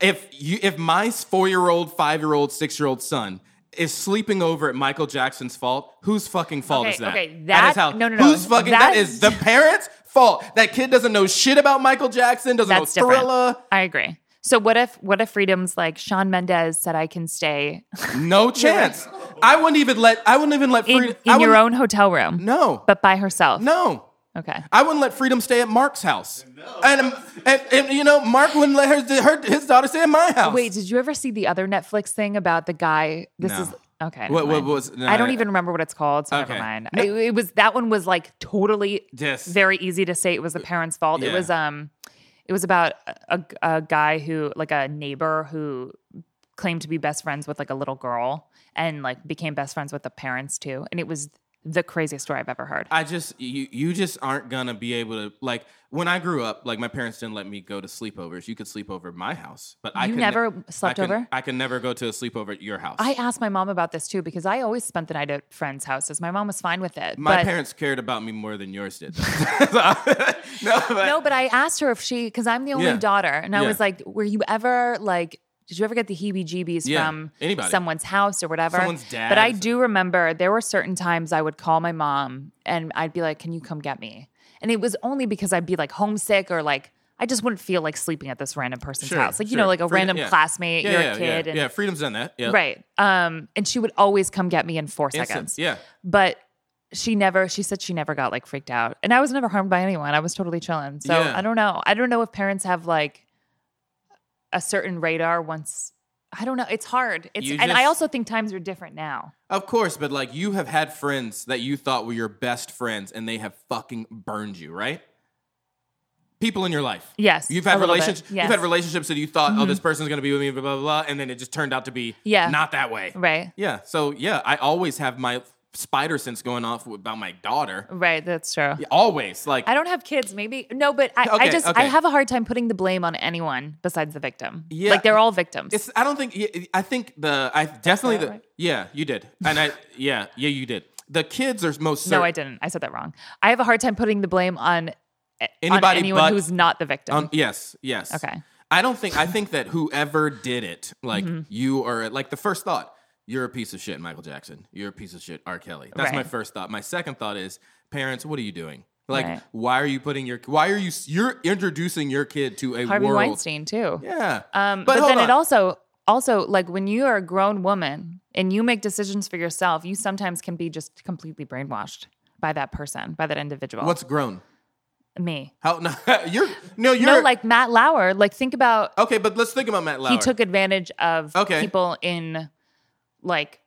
S1: if you if my four-year-old five-year-old six-year-old son is sleeping over at michael jackson's fault whose fucking fault
S2: Okay,
S1: is that
S2: okay,
S1: is
S2: that-
S1: how
S2: no, no, no,
S1: whose fucking that
S2: that-
S1: is the parents fault that kid doesn't know shit about michael jackson doesn't
S2: That's
S1: know
S2: different.
S1: thriller
S2: I agree. So what if what if freedoms like Sean Mendez said I can stay
S1: no chance i wouldn't even let i wouldn't even let
S2: in,
S1: freedom I
S2: in your
S1: wouldn't-
S2: own hotel room,
S1: no
S2: but by herself?
S1: no
S2: Okay.
S1: I wouldn't let Freedom stay at Mark's house, and, um, and and you know Mark wouldn't let her, her his daughter stay at my house.
S2: Wait, did you ever see the other Netflix thing about the guy? This
S1: No.
S2: is okay.
S1: What-
S2: never
S1: what
S2: mind.
S1: was- no,
S2: I don't
S1: I-
S2: even remember what it's called. So
S1: Okay.
S2: never mind.
S1: No.
S2: It, it was that one was like totally
S1: Yes. Uh,
S2: very easy to say it was the parents' fault. It
S1: Yeah.
S2: was um, it was about a, a guy who like a neighbor who claimed to be best friends with like a little girl and like became best friends with the parents too, and it was the craziest story I've ever heard.
S1: I just you you just aren't gonna be able to like when I grew up, like my parents didn't let me go to sleepovers. You could sleep over at my house, but I
S2: You
S1: could
S2: never
S1: ne-
S2: slept
S1: I could-
S2: over?
S1: I could never go to a sleepover at your house.
S2: I asked my mom about this too because I always spent the night at friends' houses. My mom was fine with it.
S1: my
S2: but
S1: parents cared about me more than yours did. though. no, but
S2: no, but I asked her if she because I'm the only
S1: Yeah.
S2: daughter, and I
S1: Yeah.
S2: was like, "Were you ever like?" Did you ever get the heebie-jeebies
S1: Yeah,
S2: from
S1: anybody.
S2: someone's house or whatever?
S1: Someone's dad
S2: But
S1: or
S2: I
S1: something.
S2: do remember there were certain times I would call my mom and I'd be like, "Can you come get me?" And it was only because I'd be like homesick or like I just wouldn't feel like sleeping at this random person's
S1: Sure,
S2: house, like you
S1: sure.
S2: know, like a
S1: Freedom-
S2: random
S1: yeah.
S2: classmate,
S1: yeah,
S2: you're
S1: yeah,
S2: a kid,
S1: yeah,
S2: and,
S1: yeah. Freedom's done that. Yeah,
S2: right? Um, and she would always come get me in four
S1: Instant.
S2: seconds
S1: Yeah,
S2: but she never she said she never got like freaked out and i was never harmed by anyone i was totally chilling so
S1: Yeah.
S2: i don't know i don't know if parents have like a certain radar once i don't know it's hard it's
S1: You
S2: and i
S1: just-
S2: also think times are different now
S1: Of course, but like you have had friends that you thought were your best friends and they have fucking burned you, right? People in your life.
S2: Yes,
S1: You've
S2: a
S1: had
S2: little bit,
S1: relationships
S2: yes. Mm-hmm.
S1: you've had relationships that you thought, oh, this person's gonna be with me, blah, blah, blah, and then it just turned out to be
S2: Yeah.
S1: not that way.
S2: right
S1: Yeah. So yeah, I always have my spider sense going off about my daughter.
S2: right that's true
S1: Always. Like
S2: i don't have kids maybe no but i, I
S1: Okay,
S2: just i
S1: okay.
S2: have a hard time putting the blame on anyone besides the victim
S1: Yeah.
S2: like they're all victims
S1: It's. I don't think. y- I think the. I definitely.
S2: that
S1: The,
S2: right?
S1: Yeah, you did. And I. Yeah, yeah, you did. The kids are most.
S2: no
S1: cer-
S2: i didn't i said that wrong i have a hard time putting the blame on eh, on
S1: Anybody
S2: anyone
S1: but-
S2: who's not the victim
S1: Um, yes. Yes.
S2: Okay. Mm-hmm.
S1: I don't think. I think that whoever did it, like you are, like the first thought, you're a piece of shit, Michael Jackson. You're a piece of shit, R. Kelly. That's my
S2: Right.
S1: first thought. My second thought is, parents, what are you doing? Like,
S2: Right.
S1: why are you putting your? Why are you? You're introducing your kid to a
S2: harvey
S1: world.
S2: weinstein too
S1: Yeah.
S2: Um, but
S1: hold
S2: then
S1: on.
S2: it also also like when you are a grown woman and you make decisions for yourself, you sometimes can be just completely brainwashed by that person, by that individual.
S1: What's grown?
S2: me?
S1: How? No, you're. No, you're.
S2: No, like Matt Lauer. Like think about
S1: Okay, but let's think about Matt Lauer.
S2: he took advantage of
S1: Okay.
S2: people in like.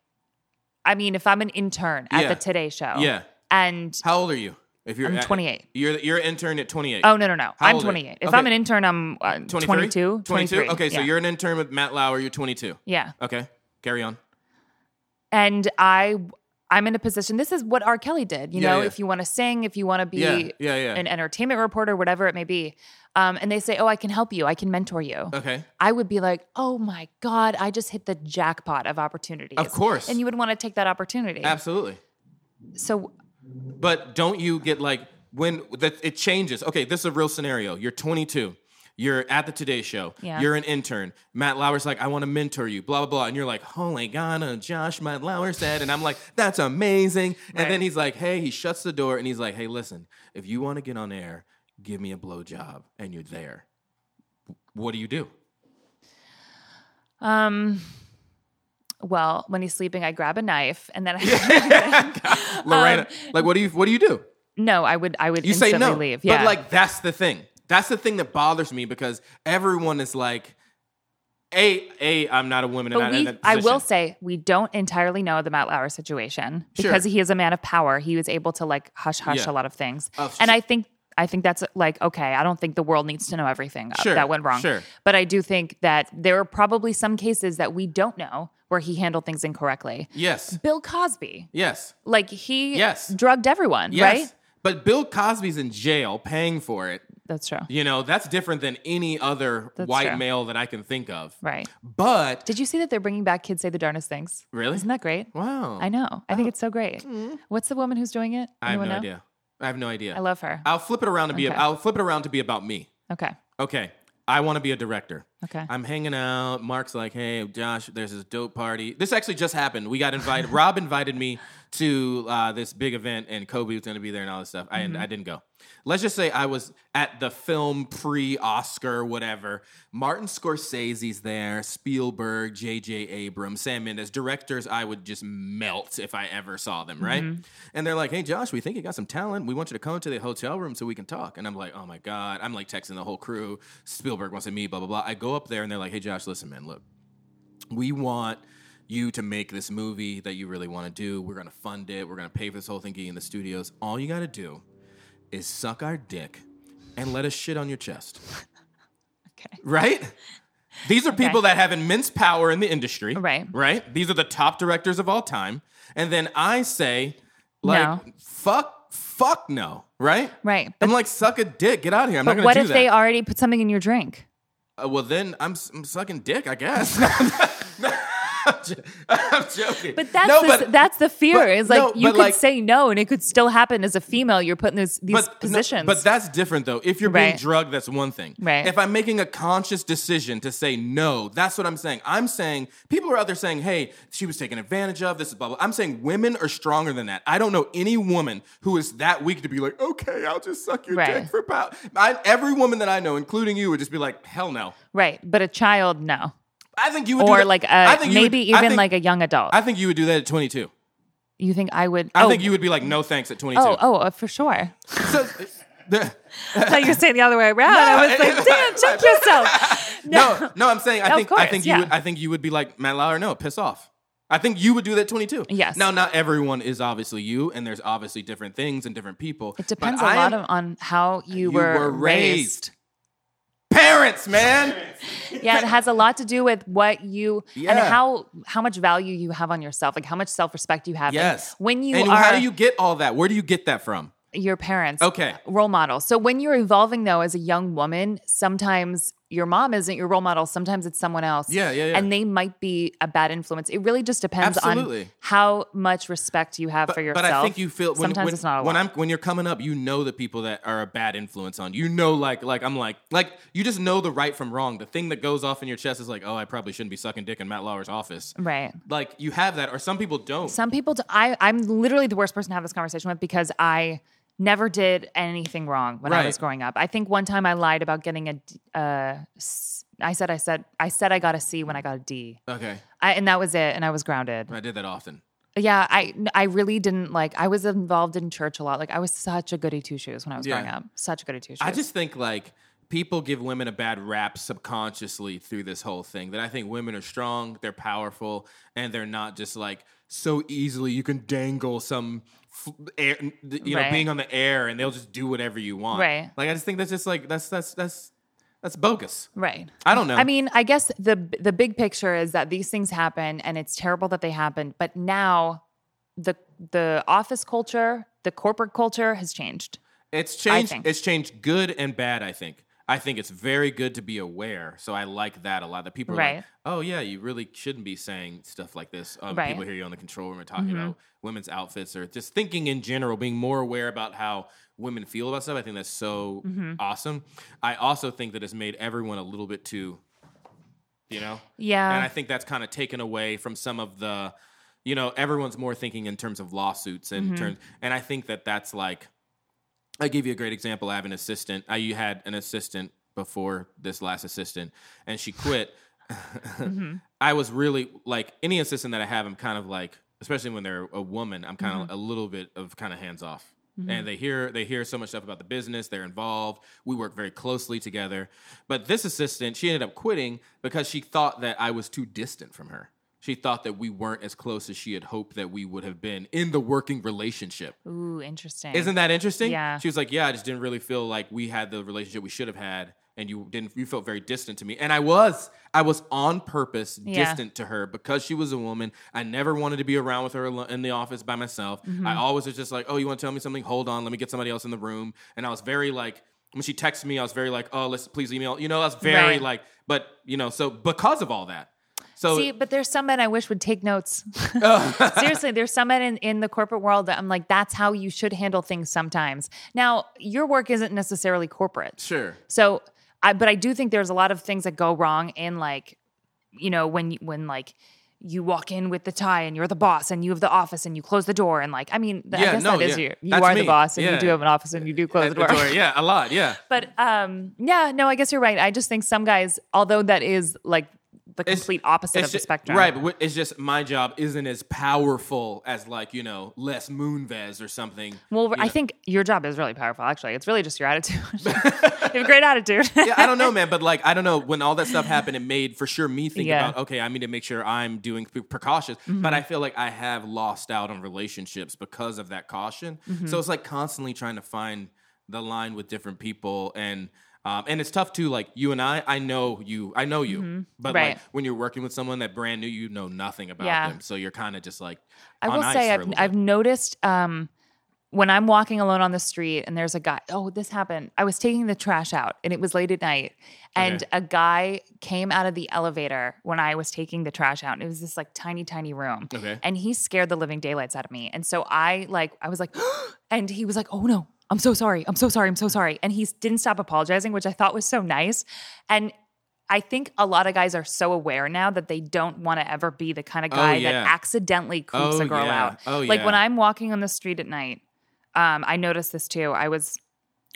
S2: I mean, if I'm an intern at
S1: Yeah.
S2: the Today Show,
S1: Yeah.
S2: and
S1: How old are you? If you're
S2: I'm
S1: at-
S2: 28.
S1: you're you're an intern at 28.
S2: oh no no no, I'm
S1: old are you?
S2: 28. If
S1: Okay.
S2: I'm an intern, I'm uh, 22,
S1: 23?
S2: 22, 23.
S1: Okay, so
S2: Yeah.
S1: you're an intern with Matt Lauer. You're 22.
S2: yeah.
S1: Okay, carry on.
S2: and I I'm in a position. This is what R. Kelly did. You
S1: Yeah,
S2: know,
S1: yeah.
S2: if you want to sing, if you want to be
S1: Yeah, yeah, yeah.
S2: an entertainment reporter, whatever it may be, um, and they say, "Oh, I can help you. I can mentor you."
S1: Okay,
S2: I would be like, "Oh my God, I just hit the jackpot of opportunities."
S1: Of course.
S2: and you would want to take that opportunity.
S1: absolutely.
S2: so
S1: But don't you get like when that it changes? Okay, this is a real scenario. You're 22. You're at the Today Show.
S2: Yeah.
S1: You're an intern. Matt Lauer's like, I want to mentor you, blah, blah, blah. And you're like, holy God, uh, Josh, Matt Lauer said. And I'm like, that's amazing.
S2: Right.
S1: And then he's like, hey, he shuts the door and he's like, hey, listen, if you want to get on air, give me a blowjob. And you're there. What do you do?
S2: Um, well, when he's sleeping, I grab a knife and then I, Um,
S1: Lorena, like, what do you, what do you do?
S2: no, I would I would
S1: you say
S2: instantly
S1: no
S2: leave. Yeah,
S1: but like that's the thing that's the thing that bothers me because everyone is like a a i'm not a woman and
S2: But
S1: I'm
S2: we,
S1: not in that
S2: I will
S1: position."
S2: say, we don't entirely know the Matt Lauer situation
S1: Sure.
S2: because he is a man of power. He was able to like hush hush
S1: Yeah.
S2: a lot of things,
S1: Of
S2: and
S1: sh-
S2: I think I think that's like okay. I don't think the world needs to know everything
S1: Sure,
S2: that went wrong,
S1: sure.
S2: but I do think that there are probably some cases that we don't know where he handled things incorrectly.
S1: yes
S2: Bill Cosby,
S1: yes
S2: like he
S1: Yes.
S2: drugged everyone,
S1: yes
S2: right?
S1: but bill cosby's in jail paying for it
S2: That's true,
S1: you know that's different than any other
S2: That's
S1: white
S2: true.
S1: male that i can think of
S2: right?
S1: but
S2: Did you see that they're bringing back Kids Say the Darnest Things?
S1: Really?
S2: Isn't that great?
S1: wow
S2: I know. I think it's so great. What's the woman who's doing
S1: I
S2: it?
S1: have no
S2: Anyone know?
S1: idea i have no idea
S2: I love her.
S1: i'll flip it around to be
S2: Okay.
S1: i'll flip it around to be about me
S2: Okay.
S1: okay i want to be a director
S2: Okay.
S1: I'm hanging out. Mark's like, hey, Josh, there's this dope party. This actually just happened. We got invited. Rob invited me to uh, this big event, and Kobe was going to be there and all this stuff. I, I didn't go. Let's just say I was at the film pre Oscar, whatever. Martin Scorsese's there, Spielberg, J.J. Abrams, Sam Mendes, directors I would just melt if I ever saw them, right? And they're like, hey, Josh, we think you got some talent. We want you to come to the hotel room so we can talk. And I'm like, oh my God. I'm like texting the whole crew. Spielberg wants to meet, blah, blah, blah. I go up there and they're like, hey, Josh, listen, man, look, we want you to make this movie that you really want to do. We're going to fund it. We're going to pay for this whole thing, get you in the studios. All you got to do is suck our dick and let us shit on your chest,
S2: Okay.
S1: right? These are people that have immense power in the industry.
S2: Right.
S1: Right? These are the top directors of all time. And then I say, Like,
S2: No.
S1: fuck, fuck no, right?
S2: Right.
S1: I'm like, suck a dick, get out of here. I'm not
S2: But
S1: gonna
S2: what
S1: do
S2: if
S1: that.
S2: they already put something in your drink?
S1: Uh, well, then I'm, s- I'm sucking dick, I guess. I'm, jo- I'm joking.
S2: But that's
S1: no,
S2: the,
S1: but,
S2: that's the fear
S1: but-
S2: is like
S1: no,
S2: you
S1: but,
S2: could
S1: like-
S2: say no and it could still happen as a female. You're put in this, these
S1: but, no,
S2: positions.
S1: but that's different though. If you're being
S2: Right.
S1: drugged, that's one thing.
S2: Right.
S1: If I'm making a conscious decision to say no, that's what I'm saying. I'm saying people are out there saying, hey, she was taken advantage of, this is blah blah. I'm saying women are stronger than that. I don't know any woman who is that weak to be like, okay, I'll just suck your
S2: Right.
S1: dick for power. I, every woman that I know, including you, would just be like, hell no.
S2: right. But a child, no.
S1: I think you would do
S2: Or
S1: that-
S2: like
S1: I
S2: a
S1: think you would-
S2: maybe
S1: I
S2: even
S1: think-
S2: like a young adult.
S1: I think you would do that at 22.
S2: you think I would?
S1: I
S2: oh,
S1: think you would be like, no thanks at 22.
S2: Oh, oh, uh, for sure.
S1: So, the-
S2: I thought you were saying the other way around. I was like, damn, check yourself.
S1: no, no, I'm saying I
S2: Of
S1: think I
S2: course,
S1: think
S2: yeah.
S1: you would, I think you would be like Matt Lauer. No, piss off. I think you would do that at 22.
S2: Yes.
S1: Now, not everyone is obviously you, and there's obviously different things and different people.
S2: It depends a
S1: a
S2: lot on, on how you, were, raised.
S1: Parents, man.
S2: Yeah, it has a lot to do with what you and
S1: Yeah.
S2: how how much value you have on yourself, like how much self respect you have. And
S1: Yes.
S2: when you
S1: and
S2: are
S1: how do you get all that? Where do you get that from?
S2: your parents, uh,
S1: Okay.
S2: role model. So when you're evolving though, as a young woman, sometimes your mom isn't your role model. Sometimes it's someone else.
S1: Yeah, yeah, yeah.
S2: And they might be a bad influence. It really just depends on
S1: Absolutely.
S2: how much respect you have for yourself.
S1: I think you feel when,
S2: sometimes
S1: when-
S2: it's not a lot.
S1: when I'm when you're coming up, you know the people that are a bad influence on you. You know, like like I'm like like you just know the right from wrong. The thing that goes off in your chest is like, oh, I probably shouldn't be sucking dick in Matt Lauer's office.
S2: right.
S1: Like you have that, or some people don't.
S2: Some people, do, I, I'm literally the worst person to have this conversation with because I never did anything wrong when I was
S1: Right.
S2: growing up. I think one time I lied about getting a, D- uh, s- I said, I said, I said I got a C when I got a D.
S1: okay,
S2: I, and that was it. And I was grounded.
S1: I did that often.
S2: Yeah. I, I really didn't like, I was involved in church a lot. Like I was such a goody two shoes when I was growing
S1: Yeah.
S2: up. Such a goody two shoes.
S1: I just think like people give women a bad rap subconsciously through this whole thing. That I think women are strong, they're powerful, and they're not just like so easily you can dangle some f- air, you know
S2: Right.
S1: being on the air and they'll just do whatever you want.
S2: Right.
S1: Like I just think that's just like that's that's that's that's bogus.
S2: right.
S1: I don't know.
S2: I mean, I guess the the big picture is that these things happen, and it's terrible that they happened. But now, the the office culture, the corporate culture has changed.
S1: It's changed.
S2: think.
S1: It's changed good and bad. I think. I think it's very good to be aware. So I like that a lot. That people are
S2: Right.
S1: like, oh yeah, you really shouldn't be saying stuff like this. Um,
S2: Right. Mm-hmm.
S1: People hear you on the control room and talking about women's outfits or just thinking in general, being more aware about how women feel about stuff. I think that's so
S2: Mm-hmm.
S1: awesome. I also think that it's made everyone a little bit too, you know.
S2: Yeah.
S1: And I think that's kind of taken away from some of the, you know, everyone's more thinking in terms of lawsuits and terms. And I think that that's like, I give you a great example. I have an assistant. I you had an assistant before this last assistant, and she quit.
S2: Mm-hmm.
S1: I was really like any assistant that I have. I'm kind of like, especially when they're a woman, I'm kind of a little bit of kind of hands off. And they hear they hear so much stuff about the business. They're involved. We work very closely together. But this assistant, she ended up quitting because she thought that I was too distant from her. She thought that we weren't as close as she had hoped that we would have been in the working relationship.
S2: Ooh, interesting.
S1: Isn't that interesting?
S2: Yeah.
S1: She was like, "Yeah, I just didn't really feel like we had the relationship we should have had, and you didn't. You felt very distant to me, and I was. I was on purpose
S2: Yeah.
S1: distant to her because she was a woman. I never wanted to be around with her alo- in the office by myself.
S2: Mm-hmm.
S1: I always was just like, "Oh, you want to tell me something? Hold on, let me get somebody else in the room." And I was very like. When she texted me, I was very like, "Oh, let's please email." You know, I was very
S2: Right.
S1: like, but you know, so because of all that, so
S2: See, but there's some men I wish would take notes. Seriously, there's some men in, in the corporate world that I'm like, that's how you should handle things sometimes. Now, your work isn't necessarily corporate.
S1: sure,
S2: So, I but I do think there's a lot of things that go wrong in like, you know, when you- when like you walk in with the tie and you're the boss and you have the office and you close the door and like I mean th- I
S1: Yeah,
S2: guess
S1: no,
S2: that is
S1: yeah.
S2: you you
S1: That's
S2: are the
S1: me.
S2: boss and you
S1: Yeah.
S2: do have an office and you do close the door.
S1: yeah, a lot, yeah.
S2: but um yeah no I guess you're right I just think some guys although that is like the
S1: It's-
S2: complete opposite
S1: it's
S2: of the
S1: ju-
S2: spectrum
S1: Right, but wh- it's just my job isn't as powerful as like, you know, Les Moonves or something.
S2: well I
S1: know.
S2: think your job is really powerful actually it's really just your attitude you have a great attitude
S1: yeah, I don't know, man, but like I don't know when all that stuff happened, it made for sure me think
S2: Yeah. Mm-hmm.
S1: about okay, I need to make sure I'm doing pre- precautious, but I feel like I have lost out on relationships because
S2: Mm-hmm.
S1: of that caution. So it's like constantly trying to find the line with different people and Um, and it's tough too. Like you and I, I know you, I know you, but
S2: Mm-hmm. Right.
S1: like when you're working with someone that brand new, you know nothing about
S2: Yeah.
S1: them, so you're kind of just like,
S2: I
S1: on
S2: will
S1: ice
S2: say
S1: for a
S2: I've
S1: little bit.
S2: I've noticed um when I'm walking alone on the street and there's a guy, oh, this happened. I was taking the trash out and it was late at night. And
S1: Okay.
S2: a guy came out of the elevator when I was taking the trash out. And it was this like tiny, tiny room.
S1: Okay.
S2: And he scared the living daylights out of me. And so I like, I was like, and he was like, oh no, I'm so sorry. I'm so sorry. I'm so sorry. And he s- didn't stop apologizing, which I thought was so nice. And I think a lot of guys are so aware now that they don't want to ever be the kind of
S1: Oh,
S2: guy
S1: yeah.
S2: that accidentally creeps
S1: Oh,
S2: a girl
S1: yeah.
S2: out.
S1: Oh,
S2: Like when
S1: yeah.
S2: I'm walking on the street at night, um, I noticed this too. I was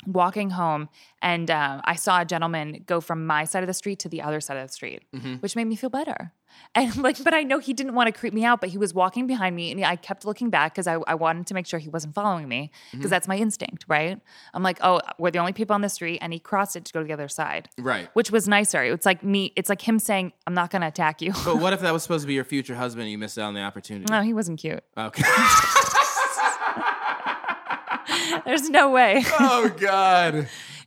S2: walking home and um, I saw a gentleman go from my side of the street to the other side of the street,
S1: Mm-hmm.
S2: which made me feel better. And like, but I know he didn't want to creep me out, but he was walking behind me and I kept looking back because I, I wanted to make sure he wasn't following me
S1: Mm-hmm.
S2: because that's my instinct, right? I'm like, oh, we're the only people on the street and he crossed it to go to the other side.
S1: right.
S2: Which was nicer. It's like me, it's like him saying, I'm not gonna attack you.
S1: But what if that was supposed to be your future husband? and You missed out on the opportunity.
S2: no, he wasn't cute.
S1: Okay.
S2: There's no way.
S1: oh God.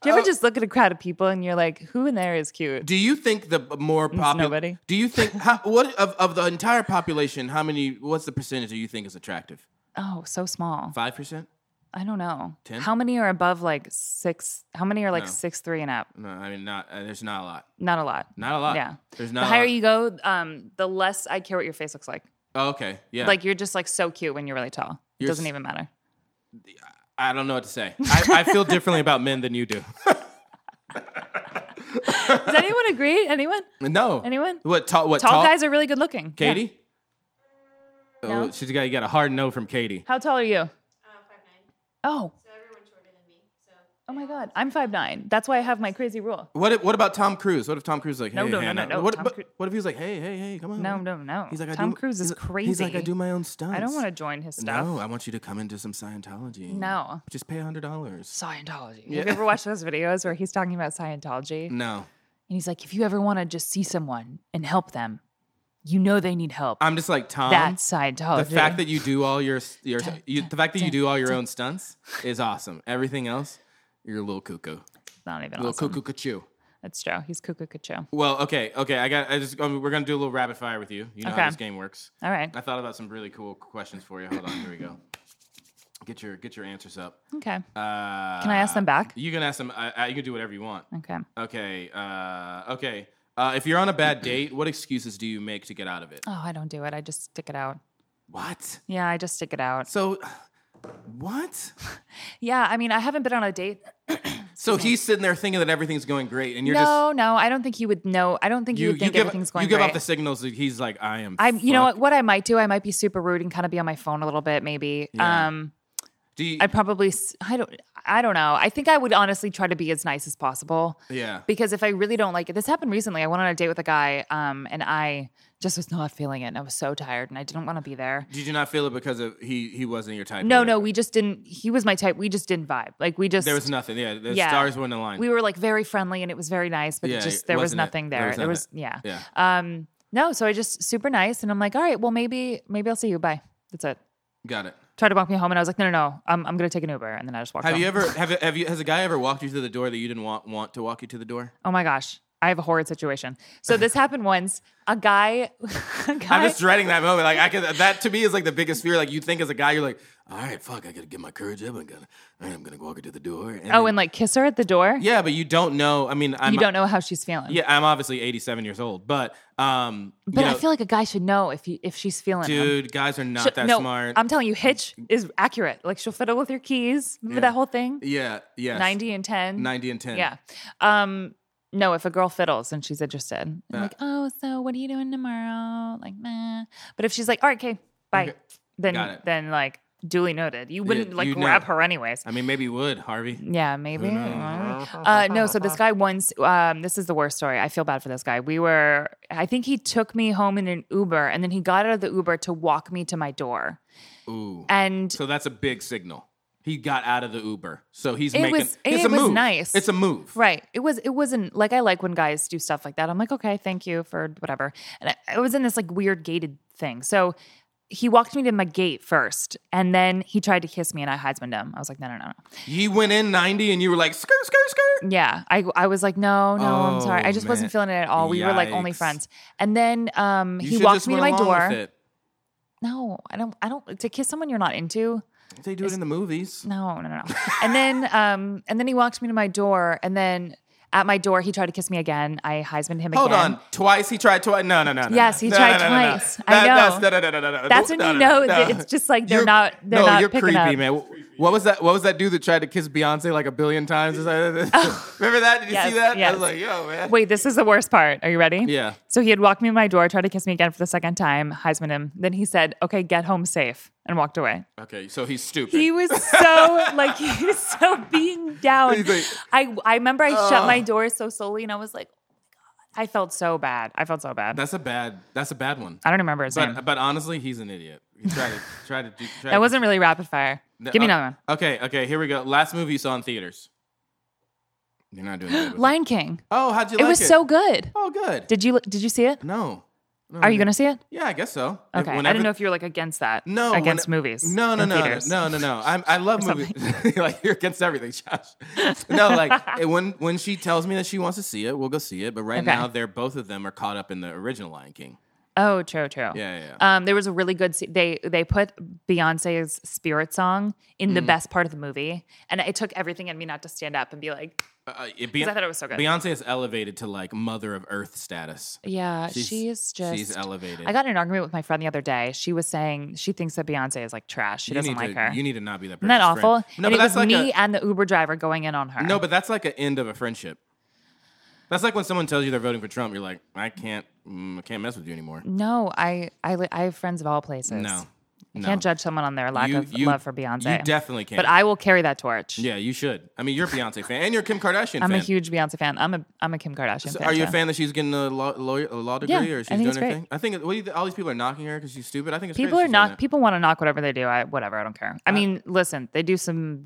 S2: Do
S1: Oh.
S2: you ever just look at a crowd of people and you're like, who in there is cute?
S1: Do you think the more popular?
S2: nobody.
S1: Do you think how, what of of the entire population? How many? What's the percentage do you think is attractive?
S2: Oh, so small.
S1: Five percent?
S2: I don't know.
S1: 10?
S2: How many are above like six? How many are like
S1: No.
S2: six, three and up?
S1: No, I mean not. Uh, there's not a lot.
S2: Not a lot.
S1: Not a lot.
S2: Yeah.
S1: There's
S2: the
S1: not. a
S2: higher
S1: lot.
S2: you go, um, the less I care what your face looks like.
S1: Oh, okay. Yeah.
S2: Like you're just like so cute when you're really tall. It
S1: You're
S2: doesn't
S1: s-
S2: even matter.
S1: I don't know what to say. I, I feel differently about men than you do.
S2: Does anyone agree? Anyone?
S1: No.
S2: Anyone?
S1: What tall? What
S2: Tall,
S1: tall,
S2: guys are really good looking. Yeah.
S1: Katie.
S2: No.
S1: Oh, she's got you got a hard no from Katie.
S2: How tall are you?
S4: Uh, five nine.
S2: Oh,
S4: So everyone's shorter than me. So
S2: oh my God. I'm five nine. That's why I have my crazy rule.
S1: What? If, what about Tom Cruise? What if Tom Cruise is like, hey,
S2: No, no, no,
S1: Hannah.
S2: no, no,
S1: What,
S2: Tom
S1: but,
S2: Cru-
S1: what if he was like, hey, hey, hey, come on?
S2: No, no, no.
S1: He's like, I
S2: Tom
S1: do,
S2: Cruise is
S1: he's-
S2: crazy.
S1: He's like, I do my own stunts.
S2: I don't want to join his stuff.
S1: No, I want you to come into some Scientology.
S2: No.
S1: Just pay hundred dollars.
S2: Scientology. Have you ever watched those videos where he's talking about Scientology?
S1: No.
S2: And he's like, if you ever want to just see someone and help them, you know they need help.
S1: I'm just like Tom.
S2: That's Scientology.
S1: Uh-huh. the fact that you do all your your you, the fact that you do all your own stunts is awesome. Everything else, you're a little cuckoo,
S2: It's not even
S1: little
S2: awesome.
S1: cuckoo cuckoo.
S2: That's true. He's cuckoo cuckoo.
S1: Well, okay, okay. I got. I just. um, we're gonna do a little rapid fire with you. You know
S2: Okay.
S1: how this game works.
S2: All right.
S1: I thought about some really cool questions for you. Hold on. Here we go. Get your get your answers up.
S2: Okay.
S1: Uh,
S2: Can I ask them back?
S1: You can ask them. Uh, uh, you can do whatever you want.
S2: Okay.
S1: Okay. Uh, okay. Uh, if you're on a bad date, what excuses do you make to get out of it?
S2: Oh, I don't do it. I just stick it out.
S1: What?
S2: Yeah, I just stick it out.
S1: So, what?
S2: Yeah, I mean, I haven't been on a date.
S1: So he's sitting there thinking that everything's going great, and you're
S2: no, no, I don't think he would know. I don't think
S1: just
S2: he
S1: you.
S2: would
S1: You
S2: think
S1: give
S2: everything's going
S1: you give
S2: great.
S1: off the signals that he's like, I am.
S2: I'm, you know
S1: fucked.
S2: what? What I might do, I might be super rude and kind of be on my phone a little bit, maybe.
S1: Yeah.
S2: Um,
S1: Do you,
S2: I'd probably, s- I don't, I don't know. I think I would honestly try to be as nice as possible.
S1: yeah.
S2: because if I really don't like it, this happened recently. I went on a date with a guy, um, and I just was not feeling it, and I was so tired, and I didn't want to be there.
S1: Did you not feel it because of he he wasn't your type?
S2: No,
S1: or
S2: no, we just didn't. He was my type. We just didn't vibe. Like we just
S1: There was nothing. Yeah, the
S2: Yeah.
S1: stars weren't aligned.
S2: we were like very friendly, and it was very nice, but
S1: Yeah,
S2: it just
S1: it
S2: there was
S1: wasn't it.
S2: nothing there.
S1: There was
S2: There was,
S1: nothing.
S2: yeah.
S1: yeah.
S2: Um, no, so I just super nice, and I'm like, all right, well maybe maybe I'll see you. Bye. That's it.
S1: Got it.
S2: Tried to walk me home, and I was like, no, no, no, I'm I'm gonna take an Uber, and then I just walked.
S1: Have
S2: home.
S1: you ever have have you has a guy ever walked you to the door that you didn't want want to walk you to the door?
S2: Oh my gosh. I have a horrid situation. So this happened once. A guy, a guy
S1: I'm just dreading that moment. Like I could that to me is like the biggest fear. Like you think as a guy, you're like, all right, fuck, I gotta get my courage up. I'm gonna all right, I'm gonna walk her to the door. And
S2: Oh,
S1: then-
S2: and like kiss her at the door.
S1: yeah, but you don't know. I mean, I'm
S2: you don't know how she's feeling.
S1: yeah, I'm obviously 87 years old, but um,
S2: but
S1: you
S2: I
S1: know,
S2: feel like a guy should know if he, if she's feeling. him.
S1: dude, guys are not
S2: Sh-
S1: that
S2: no,
S1: smart.
S2: I'm telling you, Hitch is accurate. Like she'll fiddle with your keys. Remember that whole thing?
S1: yeah, yeah,
S2: Ninety and ten.
S1: 90 and 10.
S2: Yeah. Um. No, if a girl fiddles and she's interested, I'm like, oh, so what are you doing tomorrow? Like, meh. But if she's like, all right, okay, bye,
S1: Okay. Got
S2: then
S1: it.
S2: then like duly noted. You wouldn't like
S1: you know.
S2: grab her anyways.
S1: I mean, maybe you would Harvey.
S2: Yeah, maybe. Uh, no, so this guy once, um, this is the worst story. I feel bad for this guy. We were, I think he took me home in an Uber and then he got out of the Uber to walk me to my door.
S1: Ooh,
S2: And
S1: so that's a big signal. He got out of the Uber, so he's
S2: It
S1: making
S2: was-
S1: it's
S2: it
S1: a
S2: was
S1: move.
S2: nice.
S1: It's a move.
S2: right, it was, it wasn't like I like when guys do stuff like that. I'm like, okay, thank you for whatever. And I, I was in this like weird gated thing. So he walked me to my gate first, and then he tried to kiss me, and I husbanded him. I was like, no, no, no, no.
S1: You went in 90 and you were like, skirt, skirt, skirt.
S2: Yeah, I I was like, no, no, I'm sorry.
S1: Oh,
S2: I just wasn't
S1: man.
S2: feeling it at all. We were like only
S1: Yikes.
S2: friends, and then um
S1: You
S2: he
S1: should
S2: walked
S1: just
S2: me to my
S1: went along with
S2: door.
S1: it.
S2: No, I don't, I don't to kiss someone you're not into.
S1: They do it in the movies.
S2: No, no, no. no. and then um and then he walked me to my door, and then at my door he tried to kiss me again. I husbanded him
S1: Hold
S2: again.
S1: on. Twice he tried twice. No, no, no. no,
S2: Yes,
S1: no.
S2: he
S1: No,
S2: tried
S1: no, no, no, no.
S2: twice. I
S1: That-
S2: know.
S1: That's, no, no, no, no, no,
S2: That's
S1: no,
S2: when you
S1: no,
S2: know
S1: no,
S2: that
S1: no.
S2: it's just like they're
S1: You're-
S2: not- they're
S1: no,
S2: not
S1: you're
S2: picking
S1: creepy,
S2: up.
S1: man. What was that? What was that dude that tried to kiss Beyonce like a billion times? Is that- Remember that? Did you
S2: Oh. Yes,
S1: see that? I
S2: yes.
S1: was like, yo, man.
S2: Wait, this is the worst part. Are you ready?
S1: Yeah.
S2: So he had walked me to my door, tried to kiss me again for the second time, Heisman him. Then he said, okay, get home safe, and walked away.
S1: Okay, so he's stupid.
S2: He was so, like, he was so beaten down.
S1: He's like-
S2: I, I remember I shut my door so slowly, and I was like, "Oh I felt so bad. I felt so bad.
S1: that's a bad. That's a bad one.
S2: I don't remember his name.
S1: But but honestly, he's an idiot. He tried to try to do. Try
S2: That wasn't really rapid fire. Give me another one.
S1: uh, Okay, okay, here we go. Last movie you saw in theaters. You're not doing good. with it.
S2: Lion King.
S1: Oh, how'd you
S2: It
S1: like
S2: was so good.
S1: Oh, good.
S2: Did you did you see it?
S1: no. No,
S2: Are you
S1: I
S2: gonna
S1: didn't.
S2: see it?
S1: Yeah, I guess so. If-
S2: Okay. I
S1: whenever-
S2: didn't know if you were like against that.
S1: no when-
S2: against movies.
S1: No, no,
S2: in
S1: no, no,
S2: theaters.
S1: no, no, no. I'm, I love movies. like you're against everything, Josh. No, like it- when when she tells me that she wants to see it, we'll go see it. But right
S2: Okay.
S1: now, they're both of them are caught up in the original Lion King.
S2: Oh, true, true.
S1: Yeah, yeah,
S2: Um, there was a really good. se- They they put Beyonce's Spirit song in
S1: Mm.
S2: the best part of the movie, and it took everything in me not to stand up and be like,
S1: Uh, it Beyon-
S2: 'Cause I thought it was so good.
S1: Beyonce is elevated to like mother of Earth status.
S2: "Yeah, she's, just."
S1: she's elevated.
S2: I got in an argument with my friend the other day. She was saying she thinks that Beyonce is like trash. She
S1: You
S2: doesn't
S1: need
S2: like
S1: to,
S2: her.
S1: You need to not be that.
S2: Isn't that
S1: person's
S2: awful?
S1: friend. No,
S2: and
S1: but
S2: it
S1: that's
S2: was
S1: like
S2: me
S1: a,
S2: and the Uber driver going in on her.
S1: no, but that's like an end of a friendship. That's like when someone tells you they're voting for Trump. You're like, I can't, mm, I can't mess with you anymore.
S2: no, I I li- I have friends of all places.
S1: No,
S2: I
S1: no.
S2: can't judge someone on their lack
S1: You-
S2: of
S1: you-
S2: love for Beyonce.
S1: you definitely can't.
S2: But I will carry that torch.
S1: Yeah, you should. I mean, you're a Beyonce fan, and you're a Kim Kardashian.
S2: I'm
S1: fan.
S2: a huge Beyonce fan. I'm a I'm a Kim Kardashian
S1: So
S2: fan.
S1: are you a
S2: too.
S1: fan that she's getting a law, lawyer, a law degree, or
S2: Yeah, I
S1: she's
S2: think
S1: doing
S2: it's
S1: her
S2: great.
S1: thing? I think what do you, all these people are knocking her because she's stupid. I think it's
S2: People
S1: great
S2: are
S1: she's doing
S2: knock.
S1: that.
S2: People want to knock whatever they do. I whatever. I don't care.
S1: Uh,
S2: I mean, listen, they do some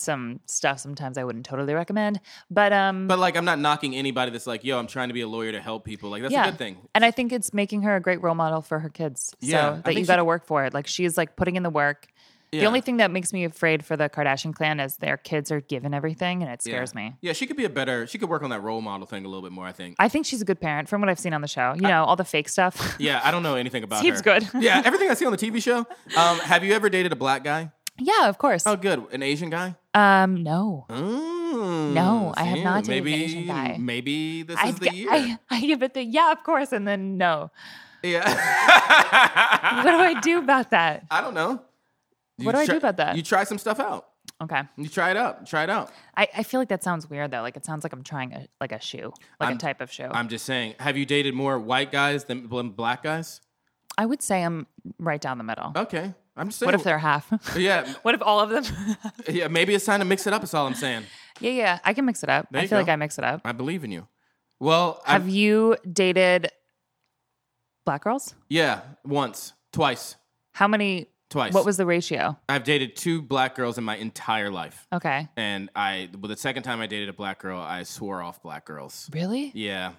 S2: some stuff sometimes I wouldn't totally recommend, but um,
S1: But like, I'm not knocking anybody that's like, yo, I'm trying to be a lawyer to help people. Like, that's
S2: yeah,
S1: a good thing.
S2: and I think it's making her a great role model for her kids.
S1: Yeah, I
S2: so that
S1: think
S2: you
S1: she-
S2: got to work for it. Like she's like putting in the work. The
S1: Yeah.
S2: only thing that makes me afraid for the Kardashian clan is their kids are given everything, and it scares
S1: yeah.
S2: me.
S1: Yeah, she could be a better. She could work on that role model thing a little bit more. I think.
S2: I think she's a good parent from what I've seen on the show. You know, all the fake stuff.
S1: yeah, I don't know anything about.
S2: Seems
S1: her.
S2: good.
S1: yeah, everything I see on the TV show. Um, have you ever dated a black guy?
S2: yeah, of course.
S1: Oh, good, an Asian guy.
S2: Um, no.
S1: Mm,
S2: No, I have
S1: see,
S2: not dated an
S1: maybe,
S2: Asian guy.
S1: Maybe this
S2: I,
S1: is the year.
S2: I, I give it the yeah, of course, and then no.
S1: yeah.
S2: What do I do about that?
S1: I don't know. You
S2: What do I
S1: try-
S2: do about that?
S1: You try some stuff out.
S2: Okay.
S1: You try it out. Try it out.
S2: I, I feel like that sounds weird though. Like it sounds like I'm trying a like a shoe, like a type of shoe. i
S1: I'm just saying. Have you dated more white guys than bl- black guys?
S2: would say I'm right down the middle.
S1: Okay. I'm just saying.
S2: what if they're half?
S1: Yeah,
S2: what if all of them?
S1: yeah. Maybe it's time to mix it up. Is all I'm saying.
S2: yeah, yeah. I can mix it up.
S1: There
S2: I
S1: you
S2: feel like
S1: go.
S2: I mix it up.
S1: I believe in you. Well,
S2: Have
S1: I've,
S2: you dated black girls?
S1: yeah, once, twice,
S2: How many?
S1: twice.
S2: What was the ratio?
S1: I've dated two black girls in my entire life,
S2: Okay.
S1: and I well, the second time I dated a black girl, I swore off black girls.
S2: Really?
S1: Yeah,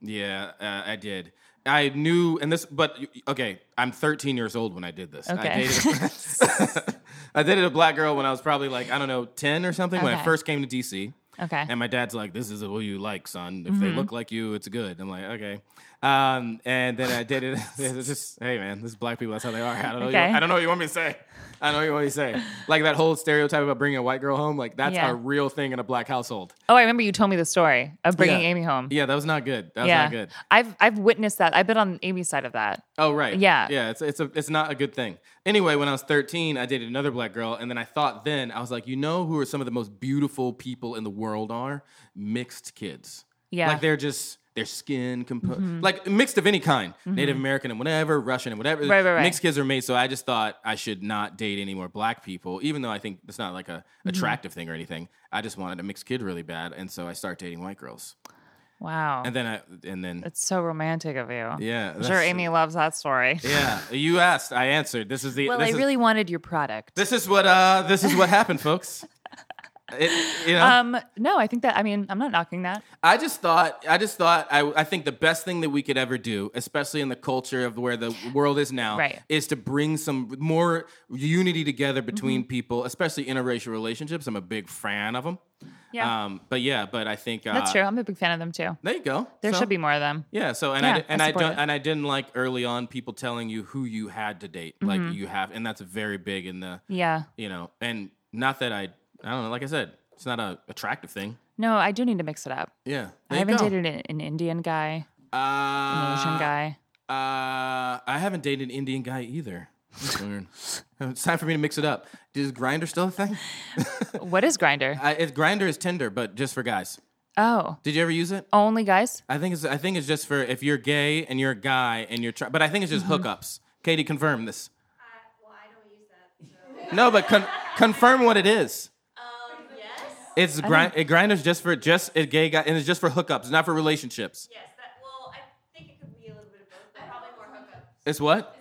S1: yeah, uh, I did. I knew, and this, but okay, I'm 13 years old when I did this. I
S2: Okay.
S1: dated, I dated a black girl when I was probably like I don't know 10 or something when I
S2: Okay.
S1: first came to DC.
S2: Okay.
S1: And my dad's like, "This is what you like, son. If
S2: Mm-hmm.
S1: they look like you, it's good." I'm like, "Okay." Um, and then I dated. it's just, hey, man, this is black people. That's how they are. I don't know. what you-
S2: Okay.
S1: I don't know what you want me to say. I don't know what you want me to say. Like that whole stereotype about bringing a white girl home. Like that's
S2: Yeah.
S1: a real thing in a black household.
S2: Oh, I remember you told me the story of bringing
S1: Yeah.
S2: Amy home.
S1: Yeah, that was not good. That was
S2: yeah.
S1: not good.
S2: I've I've witnessed that. I've been on Amy's side of that.
S1: Oh right.
S2: Yeah.
S1: Yeah. It's it's a it's not a good thing. Anyway, when I was 13, I dated another black girl, and then I thought then I was like, you know who are some of the most beautiful people in the world are mixed kids.
S2: Yeah. Mm-hmm.
S1: Like they're just their skin composed like mixed of any kind, Native American and whatever, Russian and whatever.
S2: Right, right, right.
S1: Mixed kids are made. So I just thought I should not date any more black people, even though I think it's not like a
S2: Mm-hmm.
S1: attractive thing or anything. I just wanted a mixed kid really bad, and so I start dating white girls,
S2: Oh. Wow.
S1: and then I and then
S2: It's so romantic of you.
S1: yeah,
S2: I'm sure
S1: that's-
S2: Amy loves that story.
S1: Yeah, you asked. I answered. This is the.
S2: Well,
S1: this
S2: I
S1: is-
S2: really wanted your product.
S1: This is what uh this is what happened, folks. It- you know?
S2: Um, no, I think that. I mean, I'm not knocking that.
S1: I just thought, I just thought, I, I think the best thing that we could ever do, especially in the culture of where the world is now,
S2: Right.
S1: is to bring some more unity together between
S2: Mm-hmm.
S1: people, especially interracial relationships. I'm a big fan of them.
S2: Yeah,
S1: Um, but yeah, but I think uh,
S2: that's true. I'm a big fan of them too.
S1: There you go.
S2: There
S1: So-
S2: should be more of them.
S1: Yeah. So and
S2: Yeah,
S1: I di-
S2: I
S1: and I,
S2: support
S1: don't
S2: it.
S1: and I didn't like early on people telling you who you had to date,
S2: Mm-hmm.
S1: like you have, and that's very big in the
S2: Yeah.
S1: you know, and not that I I don't know. Like I said, it's not a attractive thing.
S2: No, I do need to mix it up.
S1: Yeah.
S2: I
S1: There you
S2: haven't
S1: go.
S2: dated an, an Indian guy, an Asian
S1: Uh,
S2: guy.
S1: Uh, I haven't dated an Indian guy either. That's weird. it's time for me to mix it up. Is Grinder still a thing?
S2: What is Grinder?
S1: I, it, Grinder is Tinder, but just for guys.
S2: Oh,
S1: Did you ever use it?
S2: only guys.
S1: I think it's I think it's just for if you're gay and you're a guy and you're try- but I think it's just
S2: Mm-hmm.
S1: hookups. Katie, confirm this.
S4: Uh, well, I don't use that. So.
S1: No, but con- confirm what it is.
S4: Um, yes,
S1: It's grind. It grinders just for just a gay guy, and it's just for hookups, not for relationships.
S4: yes. That. Well, I think it could be a little bit of both, but probably more hookup.
S1: It's what?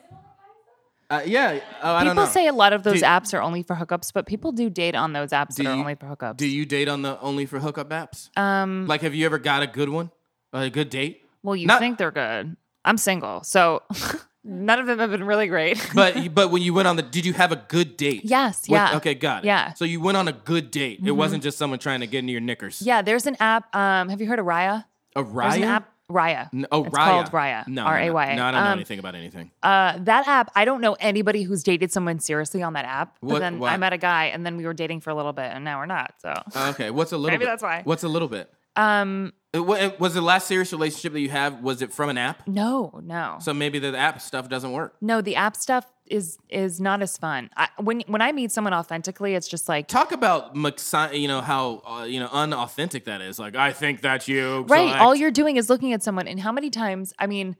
S1: Uh, yeah. Oh, I don't know.
S2: People say a lot of those
S1: Do-
S2: apps are only for hookups, but people do date on those apps that
S1: Do
S2: are
S1: you-
S2: only for hookups.
S1: Do you date on the only for hookup apps?
S2: um,
S1: Like, have you ever got a good one? A good date?
S2: well, you
S1: not-
S2: think they're good. I'm single, so none of them have been really great.
S1: But but when you went on the, did you have a good date?
S2: Yes,
S1: With-
S2: yeah.
S1: Okay, got it.
S2: Yeah. Mm-hmm.
S1: So you went on a good date. It wasn't just someone trying to get into your knickers.
S2: yeah, there's an app. Um, have you heard of Raya?
S1: A
S2: There's
S1: Raya.
S2: an app, Raya.
S1: N- oh,
S2: it's
S1: Raya.
S2: called Raya.
S1: No,
S2: R A Y
S1: No,
S2: A.
S1: no, I don't know
S2: Um,
S1: anything about anything.
S2: Uh, that app, I don't know anybody who's dated someone seriously on that app. But
S1: What-
S2: then
S1: why?
S2: I met a guy, and then we were dating for a little bit, and now we're not. So,
S1: Uh, okay, what's a little?
S2: maybe
S1: bit?
S2: that's why.
S1: What's a little bit?
S2: um,
S1: It wa- it- was the last serious relationship that you have? Was it from an app?
S2: no, no,
S1: So maybe the app stuff doesn't work.
S2: no. The app stuff is is not as fun. I, when when I meet someone authentically, it's just like
S1: Talk about maxi- you know how uh, you know unauthentic that is. Like I think that's you.
S2: right.
S1: select.
S2: All you're doing is looking at someone, and how many times? I mean.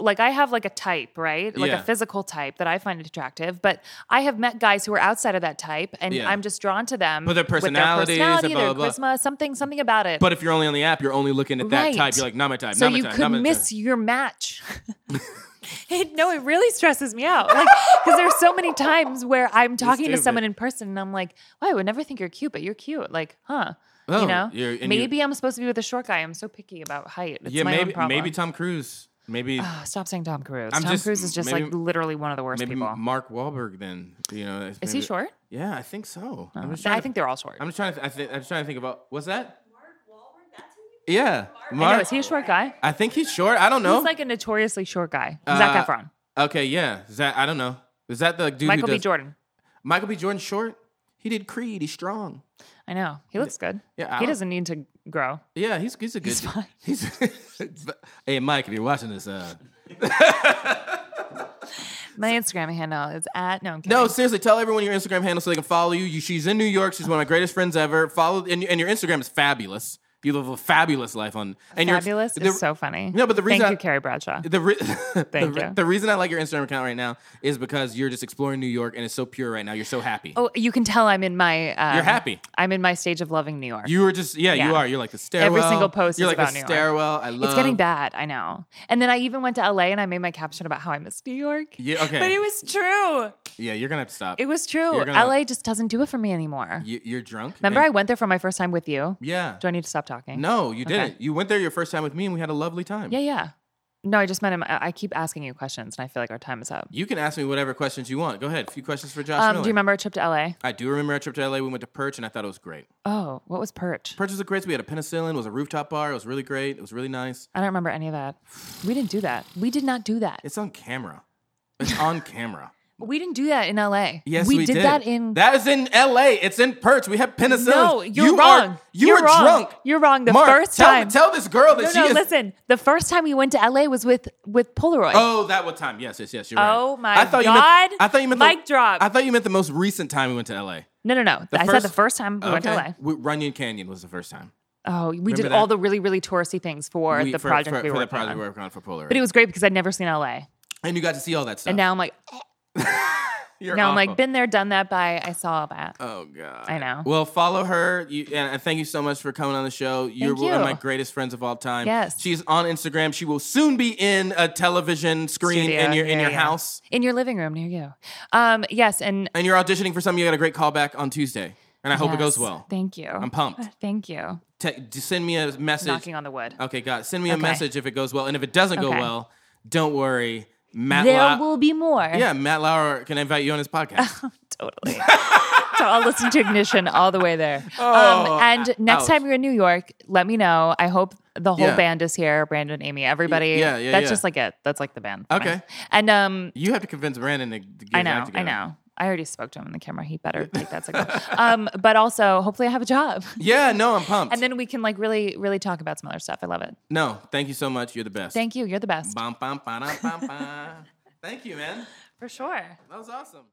S2: Like I have like a type, right? Like
S1: Yeah.
S2: a physical type that I find attractive, but I have met guys who are outside of that type, and
S1: Yeah.
S2: I'm just drawn to them.
S1: But their personalities and
S2: with their, personality,
S1: blah,
S2: their
S1: blah, blah.
S2: charisma, something, something about it.
S1: But if you're only on the app, you're only looking at that
S2: Right.
S1: type. You're like not my type.
S2: so
S1: not my
S2: you
S1: type,
S2: could
S1: not my
S2: miss
S1: Type.
S2: your match. It- no, it really stresses me out. Like, because there's so many times where I'm talking to
S1: stupid.
S2: someone in person and I'm like, "Wow, I would never think you're cute, but you're cute." Like, huh?
S1: Oh,
S2: you know,
S1: you're- and you-
S2: maybe I'm supposed to be with a short guy. I'm so picky about height. It's
S1: Yeah,
S2: my own
S1: maybe
S2: problem.
S1: maybe Tom Cruise. Maybe
S2: Oh, stop saying Tom Cruise.
S1: I'm
S2: Tom
S1: just-
S2: Cruise is just
S1: maybe-
S2: like literally one of the worst
S1: maybe
S2: people.
S1: Mark Wahlberg. Then you know. that's
S2: is he
S1: maybe-
S2: short? Oh.
S1: Yeah, I think so. I'm just
S2: I
S1: trying to-
S2: think they're all short.
S1: I'm just trying to. Th- I think I'm just trying to think about what's that?
S4: Mark Wahlberg. That's who you.
S1: Yeah,
S2: I
S1: Mark.
S2: know. Is he a short guy?
S1: I think he's short. I don't know.
S2: He's like a notoriously short guy. Zac
S1: Uh,
S2: Efron,
S1: okay, yeah. Is that I don't know. Is that the dude? who
S2: Michael B.
S1: does-
S2: Jordan.
S1: Michael B. Jordan short. He did Creed. He's strong.
S2: I know he looks good.
S1: Yeah, I
S2: he
S1: don't-
S2: doesn't need to grow.
S1: Yeah, he's he's a good.
S2: He's
S1: dude.
S2: fine.
S1: He's- hey, Mike, if you're watching this, uh,
S2: My Instagram handle is at no. I'm kidding.
S1: no, seriously, tell everyone your Instagram handle so they can follow you. you she's in New York. She's one of my greatest friends ever. Follow and, and your Instagram is fabulous. You live a fabulous life on and your-
S2: fabulous
S1: the-
S2: is so funny.
S1: No, but the reason
S2: thank
S1: I-
S2: you, Carrie Bradshaw.
S1: The, re- the,
S2: Thank
S1: re-
S2: you.
S1: the reason I like your Instagram account right now is because you're just exploring New York and it's so pure right now. You're so happy.
S2: Oh, you can tell I'm in my. Um,
S1: You're happy.
S2: I'm in my stage of loving New York.
S1: You were just yeah, you
S2: Yeah.
S1: are. You're like the stairwell.
S2: single post
S1: You're
S2: is
S1: like
S2: about
S1: the
S2: New York.
S1: stairwell. I love.
S2: it's getting bad, I know. And then I even went to LA and I made my caption about how I miss New York.
S1: Yeah, okay.
S2: But it was true.
S1: Yeah, you're gonna have to stop.
S2: It was true.
S1: You're gonna-
S2: LA just doesn't do it for me anymore.
S1: you, you're drunk.
S2: Remember, I
S1: and-
S2: went there for my first time with you.
S1: Yeah.
S2: Do I need to stop talking?
S1: No, you
S2: Okay.
S1: didn't. You went there your first time with me, and we had a lovely time.
S2: Yeah, yeah. No, I just meant him. I I keep asking you questions, and I feel like our time is up.
S1: You can ask me whatever questions you want. Go ahead. A few questions for Josh
S2: Um,
S1: Miller.
S2: do you remember our trip to LA?
S1: I do remember our trip to LA. We went to Perch, and I thought it was great.
S2: Oh, what was Perch?
S1: Perch was a great. We had a penicillin. It was a rooftop bar. It was really great. It was really nice.
S2: I don't remember any of that. We didn't do that. We did not do that.
S1: It's on camera. It's on camera.
S2: We didn't do that in LA.
S1: Yes, we,
S2: we, did, that in.
S1: that is in L.A. It's in Perch. We have penicillin.
S2: no, you're
S1: you
S2: wrong.
S1: Are, you
S2: You're
S1: are
S2: wrong.
S1: drunk.
S2: You're wrong. The
S1: Mark,
S2: first
S1: tell,
S2: time.
S1: Tell this girl that
S2: no,
S1: she
S2: no,
S1: is.
S2: listen. The first time we went to LA was with with Polaroid.
S1: Oh, that what time? Yes, yes, yes. You're right.
S2: Oh my
S1: I thought You meant,
S2: God.
S1: I thought you meant
S2: Mic
S1: the,
S2: drop.
S1: I thought you meant the most recent time we went to L.A.
S2: no, no, no. I said the first time we went to LA.
S1: okay. We- Runyon Canyon was the first time.
S2: Oh, we did
S1: Remember
S2: all
S1: that?
S2: the really really touristy things for
S1: We-
S2: the
S1: for,
S2: project
S1: for,
S2: we
S1: for
S2: were
S1: the
S2: working
S1: project
S2: on.
S1: we were working on for Polaroid.
S2: But it was great because I'd never seen LA,
S1: and you got to see all that stuff.
S2: and now I'm like,
S1: You're
S2: now I'm
S1: awful.
S2: like, been there, done that. By I saw all that.
S1: Oh God!
S2: I know.
S1: Well, follow her. You, and and thank you so much for coming on the show. You're
S2: Thank
S1: one of
S2: you.
S1: my greatest friends of all time.
S2: Yes.
S1: she's on Instagram. She will soon be in a television screen
S2: Studio
S1: in your in
S2: near
S1: your
S2: you.
S1: house.
S2: in your living room near you. Um, yes, and
S1: And you're auditioning for something. You got a great callback on Tuesday. and I hope it goes
S2: Yes.
S1: well.
S2: Thank you. I'm
S1: pumped.
S2: Thank you.
S1: Te- d- send me a message.
S2: Knocking on the wood.
S1: Okay, God, send me a
S2: Okay.
S1: message if it goes well, and if it doesn't go
S2: Okay.
S1: well, don't worry. Matt,
S2: there
S1: Lau-
S2: will be more.
S1: yeah, Matt Lauer can invite you on his podcast.
S2: totally. so I'll listen to Ignition all the way there.
S1: Oh,
S2: um, and next
S1: ouch.
S2: time you're in New York, let me know. I hope the whole
S1: Yeah.
S2: band is here. Brandon, Amy, everybody.
S1: yeah, yeah,
S2: That's
S1: yeah.
S2: just like it. That's like the band. for
S1: Okay.
S2: me. And um,
S1: you have to convince Brandon to, to get
S2: I
S1: his act
S2: know, I
S1: together.
S2: know. I already spoke to him on the camera. He better take that signal. um, but also, hopefully, I have a job,
S1: Yeah, no, I'm pumped.
S2: and then we can like really, really talk about some other stuff. I love it.
S1: no, thank you so much. You're the best.
S2: Thank you. You're the best
S1: Bum, bum, ba-dum, bum, bum. Thank you, man.
S2: for sure.
S1: That was awesome.